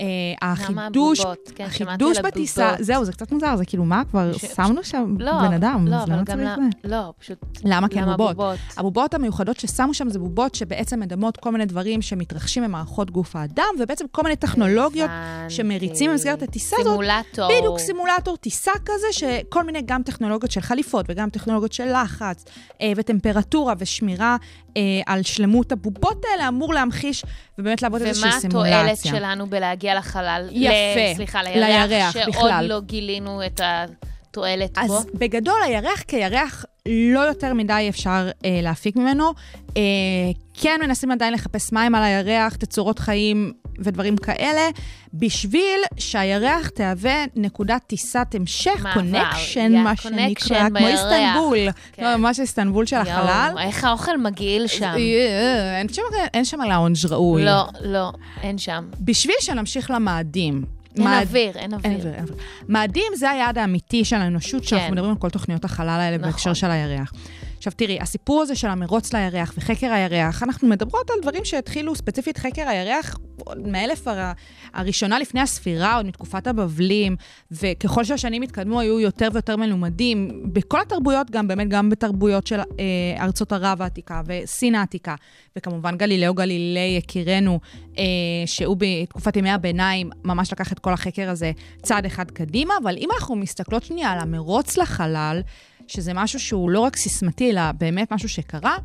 [SPEAKER 5] אה, החידוש,
[SPEAKER 4] הבובות? כן, שמעתי על
[SPEAKER 5] החידוש בטיסה,
[SPEAKER 4] הבובות.
[SPEAKER 5] זהו, זה קצת מוזר, זה כאילו מה, כבר
[SPEAKER 4] ש-
[SPEAKER 5] שמנו שם
[SPEAKER 4] לא,
[SPEAKER 5] בן אדם,
[SPEAKER 4] לא,
[SPEAKER 5] אז
[SPEAKER 4] אבל
[SPEAKER 5] למה
[SPEAKER 4] גם
[SPEAKER 5] צריך זה?
[SPEAKER 4] למה- לא, פשוט...
[SPEAKER 5] למה כי
[SPEAKER 4] למה
[SPEAKER 5] הבובות?
[SPEAKER 4] הבובות?
[SPEAKER 5] הבובות המיוחדות ששמו שם זה בובות שבעצם מדמות כל מיני דברים שמתרחשים במערכות גוף האדם, ובעצם כל מיני טכנולוגיות
[SPEAKER 4] הבנתי.
[SPEAKER 5] שמריצים במסגרת הטיסה הזאת.
[SPEAKER 4] כאילו, סימולטור.
[SPEAKER 5] בדיוק סימולטור טיסה כזה, שכל מיני גם טכנולוגיות של חליפות וגם טכנולוגיות של לחץ אה, וטמפרטורה ושמירה אה, על שלמות הבובות האלה אמור להמחיש ובאמת לעבוד איזושהי
[SPEAKER 4] ומה
[SPEAKER 5] סימולציה.
[SPEAKER 4] התועלת שלנו בלהגיע לחלל?
[SPEAKER 5] יפה,
[SPEAKER 4] ל- סליחה,
[SPEAKER 5] לירח
[SPEAKER 4] לירח. שעוד
[SPEAKER 5] בכלל.
[SPEAKER 4] לא גילינו את התועלת
[SPEAKER 5] אז
[SPEAKER 4] בו?
[SPEAKER 5] בגדול, הירח כירח לא יותר מדי אפשר אה, להפיק ממנו. אה, כן מנסים עדיין לחפש מים על הירח, תצורות חיים ודברים כאלה, בשביל שהירח תהווה נקודת טיסת המשך,
[SPEAKER 4] מעבר,
[SPEAKER 5] קונקשן,
[SPEAKER 4] יא,
[SPEAKER 5] מה
[SPEAKER 4] connection
[SPEAKER 5] שנקרא, כמו
[SPEAKER 4] בירח.
[SPEAKER 5] איסטנבול.
[SPEAKER 4] כן.
[SPEAKER 5] לא, ממש איסטנבול של החלל.
[SPEAKER 4] יואו, איך האוכל מגעיל שם.
[SPEAKER 5] אה, אין שם- אין שם לאונג' ראוי.
[SPEAKER 4] לא, לא, אין שם.
[SPEAKER 5] בשביל שנמשיך למאדים.
[SPEAKER 4] אין
[SPEAKER 5] מאד-
[SPEAKER 4] אוויר, אין
[SPEAKER 5] אין
[SPEAKER 4] אוויר.
[SPEAKER 5] אוויר, אין אוויר. מאדים זה היעד האמיתי של האנושות, שאנחנו
[SPEAKER 4] כן.
[SPEAKER 5] מדברים על כל תוכניות החלל האלה
[SPEAKER 4] נכון.
[SPEAKER 5] בהקשר של הירח. עכשיו תראי, הסיפור הזה של המרוץ לירח וחקר הירח, אנחנו מדברות על דברים שהתחילו ספציפית חקר הירח עוד מאלף הר... הראשונה לפני הספירה, עוד מתקופת הבבלים, וככל שהשנים התקדמו היו יותר ויותר מלומדים, בכל התרבויות גם, באמת גם בתרבויות של אה, ארצות ערב העתיקה וסין העתיקה, וכמובן גלילאו גלילי יקירנו, אה, שהוא בתקופת ימי הביניים ממש לקח את כל החקר הזה צעד אחד קדימה, אבל אם אנחנו מסתכלות שנייה על המרוץ לחלל, שזה משהו שהוא לא רק סיסמתי, אלא באמת משהו שקרה.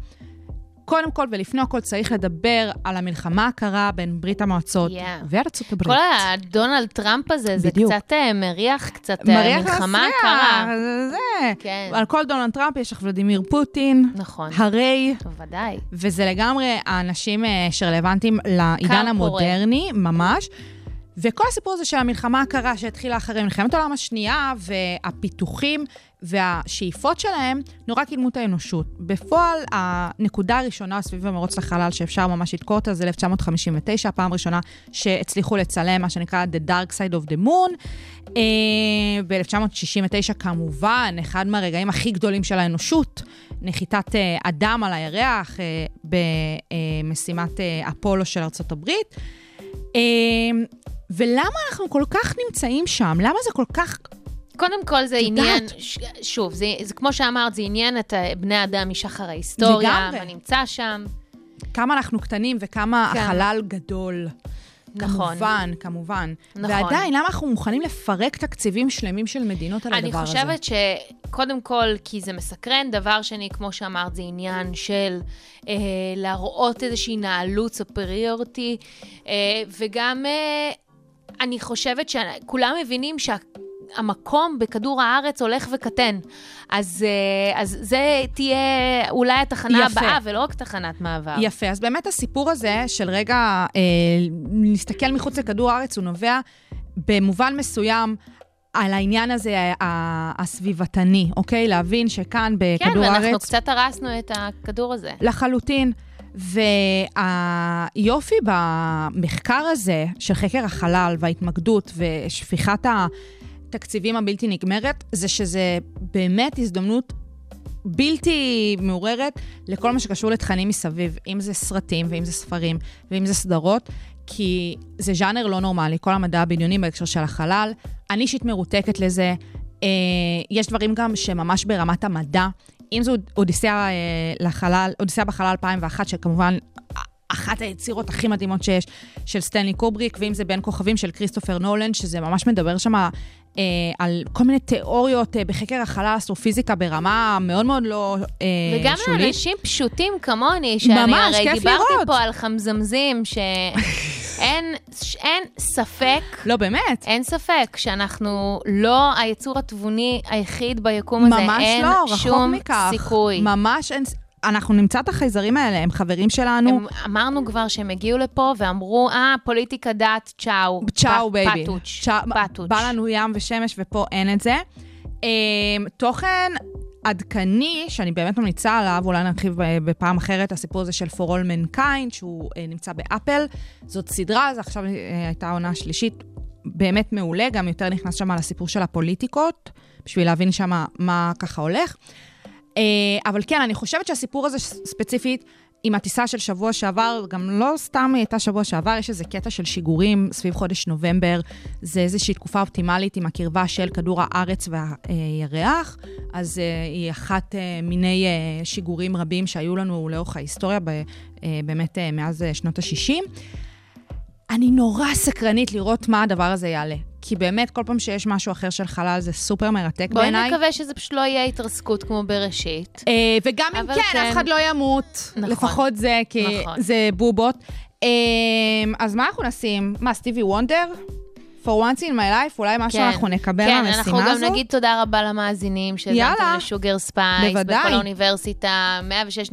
[SPEAKER 5] קודם כל ולפני הכל צריך לדבר על המלחמה הקרה בין ברית המועצות
[SPEAKER 4] Yeah.
[SPEAKER 5] וארצות הברית.
[SPEAKER 4] כל הדונלד טראמפ הזה, זה
[SPEAKER 5] בדיוק.
[SPEAKER 4] קצת אה, מריח, קצת אה, מלחמה
[SPEAKER 5] להסריח,
[SPEAKER 4] קרה.
[SPEAKER 5] זה.
[SPEAKER 4] כן.
[SPEAKER 5] על כל דונלד טראמפ יש לך ולדימיר פוטין,
[SPEAKER 4] נכון.
[SPEAKER 5] הרי,
[SPEAKER 4] בוודאי.
[SPEAKER 5] וזה לגמרי האנשים אה, שרלוונטיים לעידן
[SPEAKER 4] קר
[SPEAKER 5] המודרני, ממש. וכל הסיפור הזה של המלחמה הקרה שהתחילה אחרי מלחמת העולם השנייה, והפיתוחים והשאיפות שלהם, נורא קידמו את האנושות. בפועל, הנקודה הראשונה סביב המרוץ לחלל שאפשר ממש לתקור אותה זה 1959, הפעם הראשונה שהצליחו לצלם מה שנקרא The Dark Side of the Moon. אה, ב-1969, כמובן, אחד מהרגעים הכי גדולים של האנושות, נחיתת אה, אדם על הירח אה, במשימת אה, אפולו של ארצות הברית. אמ, ולמה אנחנו כל כך נמצאים שם? למה זה כל כך...
[SPEAKER 4] קודם כל זה
[SPEAKER 5] יודעת.
[SPEAKER 4] עניין, ש- שוב, זה, זה כמו שאמרת, זה עניין את אה, בני האדם משחר ההיסטוריה,
[SPEAKER 5] לגמרי.
[SPEAKER 4] מה נמצא שם.
[SPEAKER 5] כמה אנחנו קטנים וכמה
[SPEAKER 4] כן.
[SPEAKER 5] החלל גדול.
[SPEAKER 4] נכון.
[SPEAKER 5] כמובן, כמובן.
[SPEAKER 4] נכון.
[SPEAKER 5] ועדיין, למה אנחנו מוכנים לפרק תקציבים שלמים של מדינות על
[SPEAKER 4] אני
[SPEAKER 5] הדבר הזה?
[SPEAKER 4] חושבת שקודם כל, כי זה מסקרן, דבר שני, כמו שאמרת, זה עניין של אה, להראות איזושהי נעלות סופריורטי, אה, וגם אה, אני חושבת שכולם מבינים שה... המקום בכדור הארץ הולך וקטן. אז, אה, אז זה תהיה אולי התחנה
[SPEAKER 5] יפה.
[SPEAKER 4] הבאה, ולא רק תחנת מעבר.
[SPEAKER 5] יפה, אז באמת הסיפור הזה של רגע אה, להסתכל מחוץ לכדור הארץ, הוא נובע במובן מסוים על העניין הזה ה- ה- הסביבתני, אוקיי? להבין שכאן
[SPEAKER 4] כן,
[SPEAKER 5] בכדור הארץ...
[SPEAKER 4] ואנחנו קצת הרסנו את הכדור הזה.
[SPEAKER 5] לחלוטין. והיופי במחקר הזה של חקר החלל וההתמקדות ושפיכת התקציבים הבלתי נגמרת, זה שזה באמת הזדמנות בלתי מעוררת לכל מה שקשור לתכנים מסביב, אם זה סרטים ואם זה ספרים ואם זה סדרות, כי זה ז'אנר לא נורמלי, כל המדע הבדיוני בהקשר של החלל. אני אישית מרותקת לזה. אה, יש דברים גם שממש ברמת המדע, אם זו אודיסאה אה, לחלל, אודיסאה בחלל 2001, שכמובן אחת היצירות הכי מדהימות שיש, של סטנלי קובריק, ואם זה בין כוכבים של כריסטופר נולן, שזה ממש מדבר שם אה, על כל מיני תיאוריות אה, בחקר החלל, אסטרופיזיקה ברמה מאוד מאוד לא אה,
[SPEAKER 4] וגם
[SPEAKER 5] שולית.
[SPEAKER 4] לאנשים פשוטים כמוני, שאני
[SPEAKER 5] ממש,
[SPEAKER 4] הרי
[SPEAKER 5] כיף
[SPEAKER 4] דיברתי
[SPEAKER 5] לראות.
[SPEAKER 4] פה על חמזמזים, שאין אין ספק,
[SPEAKER 5] לא, באמת.
[SPEAKER 4] אין ספק שאנחנו לא היצור התבוני היחיד ביקום הזה.
[SPEAKER 5] ממש
[SPEAKER 4] אין
[SPEAKER 5] לא, רחוק
[SPEAKER 4] שום
[SPEAKER 5] מכך.
[SPEAKER 4] סיכוי.
[SPEAKER 5] ממש אין... ס- אנחנו נמצא את החייזרים האלה, הם חברים שלנו.
[SPEAKER 4] הם, אמרנו כבר שהם הגיעו לפה ואמרו, אה, פוליטיקה דת, צ'או.
[SPEAKER 5] צ'או
[SPEAKER 4] פ-
[SPEAKER 5] בייבי.
[SPEAKER 4] פטוץ'.
[SPEAKER 5] צ'או-
[SPEAKER 4] פטוץ'.
[SPEAKER 5] בא לנו ים ושמש ופה אין את זה. אמ, תוכן עדכני, שאני באמת ממליצה עליו, אולי נרחיב אה, בפעם אחרת, הסיפור הזה של For All Mankind, שהוא אה, נמצא באפל. זאת סדרה, זו עכשיו אה, הייתה העונה השלישית, באמת מעולה, גם יותר נכנס שם לסיפור של הפוליטיקות, בשביל להבין שם מה ככה הולך. אה, אבל כן, אני חושבת שהסיפור הזה ס- ספציפית, עם הטיסה של שבוע שעבר, גם לא סתם היא הייתה שבוע שעבר, יש איזה קטע של שיגורים סביב חודש נובמבר, זה איזושהי תקופה אופטימלית עם הקרבה של כדור הארץ והירח, אז אה, היא אחת אה, מיני אה, שיגורים רבים שהיו לנו לאורך ההיסטוריה, ב- אה, באמת אה, מאז אה, שנות ה-60. אני נורא סקרנית לראות מה הדבר הזה יעלה. כי באמת, כל פעם שיש משהו אחר של חלל, זה סופר מרתק
[SPEAKER 4] בואי
[SPEAKER 5] בעיניי.
[SPEAKER 4] נקווה שזה פשוט לא יהיה התרסקות כמו בראשית.
[SPEAKER 5] אה, וגם אם
[SPEAKER 4] אבל
[SPEAKER 5] כן,
[SPEAKER 4] כן.
[SPEAKER 5] אף אחד לא ימות.
[SPEAKER 4] נכון.
[SPEAKER 5] לפחות זה, כי
[SPEAKER 4] נכון.
[SPEAKER 5] זה בובות. אה, אז מה אנחנו נשים? מה, סטיבי וונדר? For once in my life, אולי משהו
[SPEAKER 4] כן.
[SPEAKER 5] אנחנו נקבל
[SPEAKER 4] כן,
[SPEAKER 5] מהמשימה
[SPEAKER 4] אנחנו
[SPEAKER 5] הזו?
[SPEAKER 4] גם נגיד תודה רבה למאזינים שהזמתם
[SPEAKER 5] יאללה.
[SPEAKER 4] לשוגר ספייס,
[SPEAKER 5] בוודאי.
[SPEAKER 4] בכל האוניברסיטה,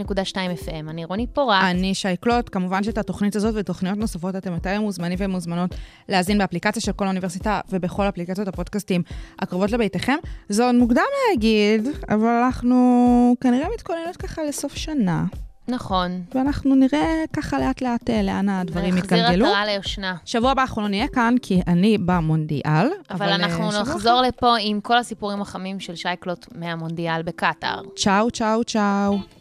[SPEAKER 4] 106.2 FM. אני רוני פורק.
[SPEAKER 5] אני שייקלוט, כמובן שאת התוכנית הזאת ותוכניות נוספות אתם יותר מוזמנים ומוזמנות להאזין באפליקציה של כל האוניברסיטה ובכל אפליקציות הפודקאסטים הקרובות לביתכם. זה עוד מוקדם להגיד, אבל אנחנו כנראה מתכוננות ככה לסוף שנה,
[SPEAKER 4] נכון.
[SPEAKER 5] ואנחנו נראה ככה לאט לאט אה, לאן הדברים
[SPEAKER 4] נחזיר
[SPEAKER 5] יתגלגלו.
[SPEAKER 4] עטרה ליושנה.
[SPEAKER 5] שבוע הבא אנחנו לא נהיה כאן, כי אני במונדיאל.
[SPEAKER 4] אבל אנחנו
[SPEAKER 5] אה, שבוע
[SPEAKER 4] נחזור לפה עם כל הסיפורים החמים של שייקלוט מהמונדיאל בקטאר.
[SPEAKER 5] אחר. צ'או, צ'או, צ'או.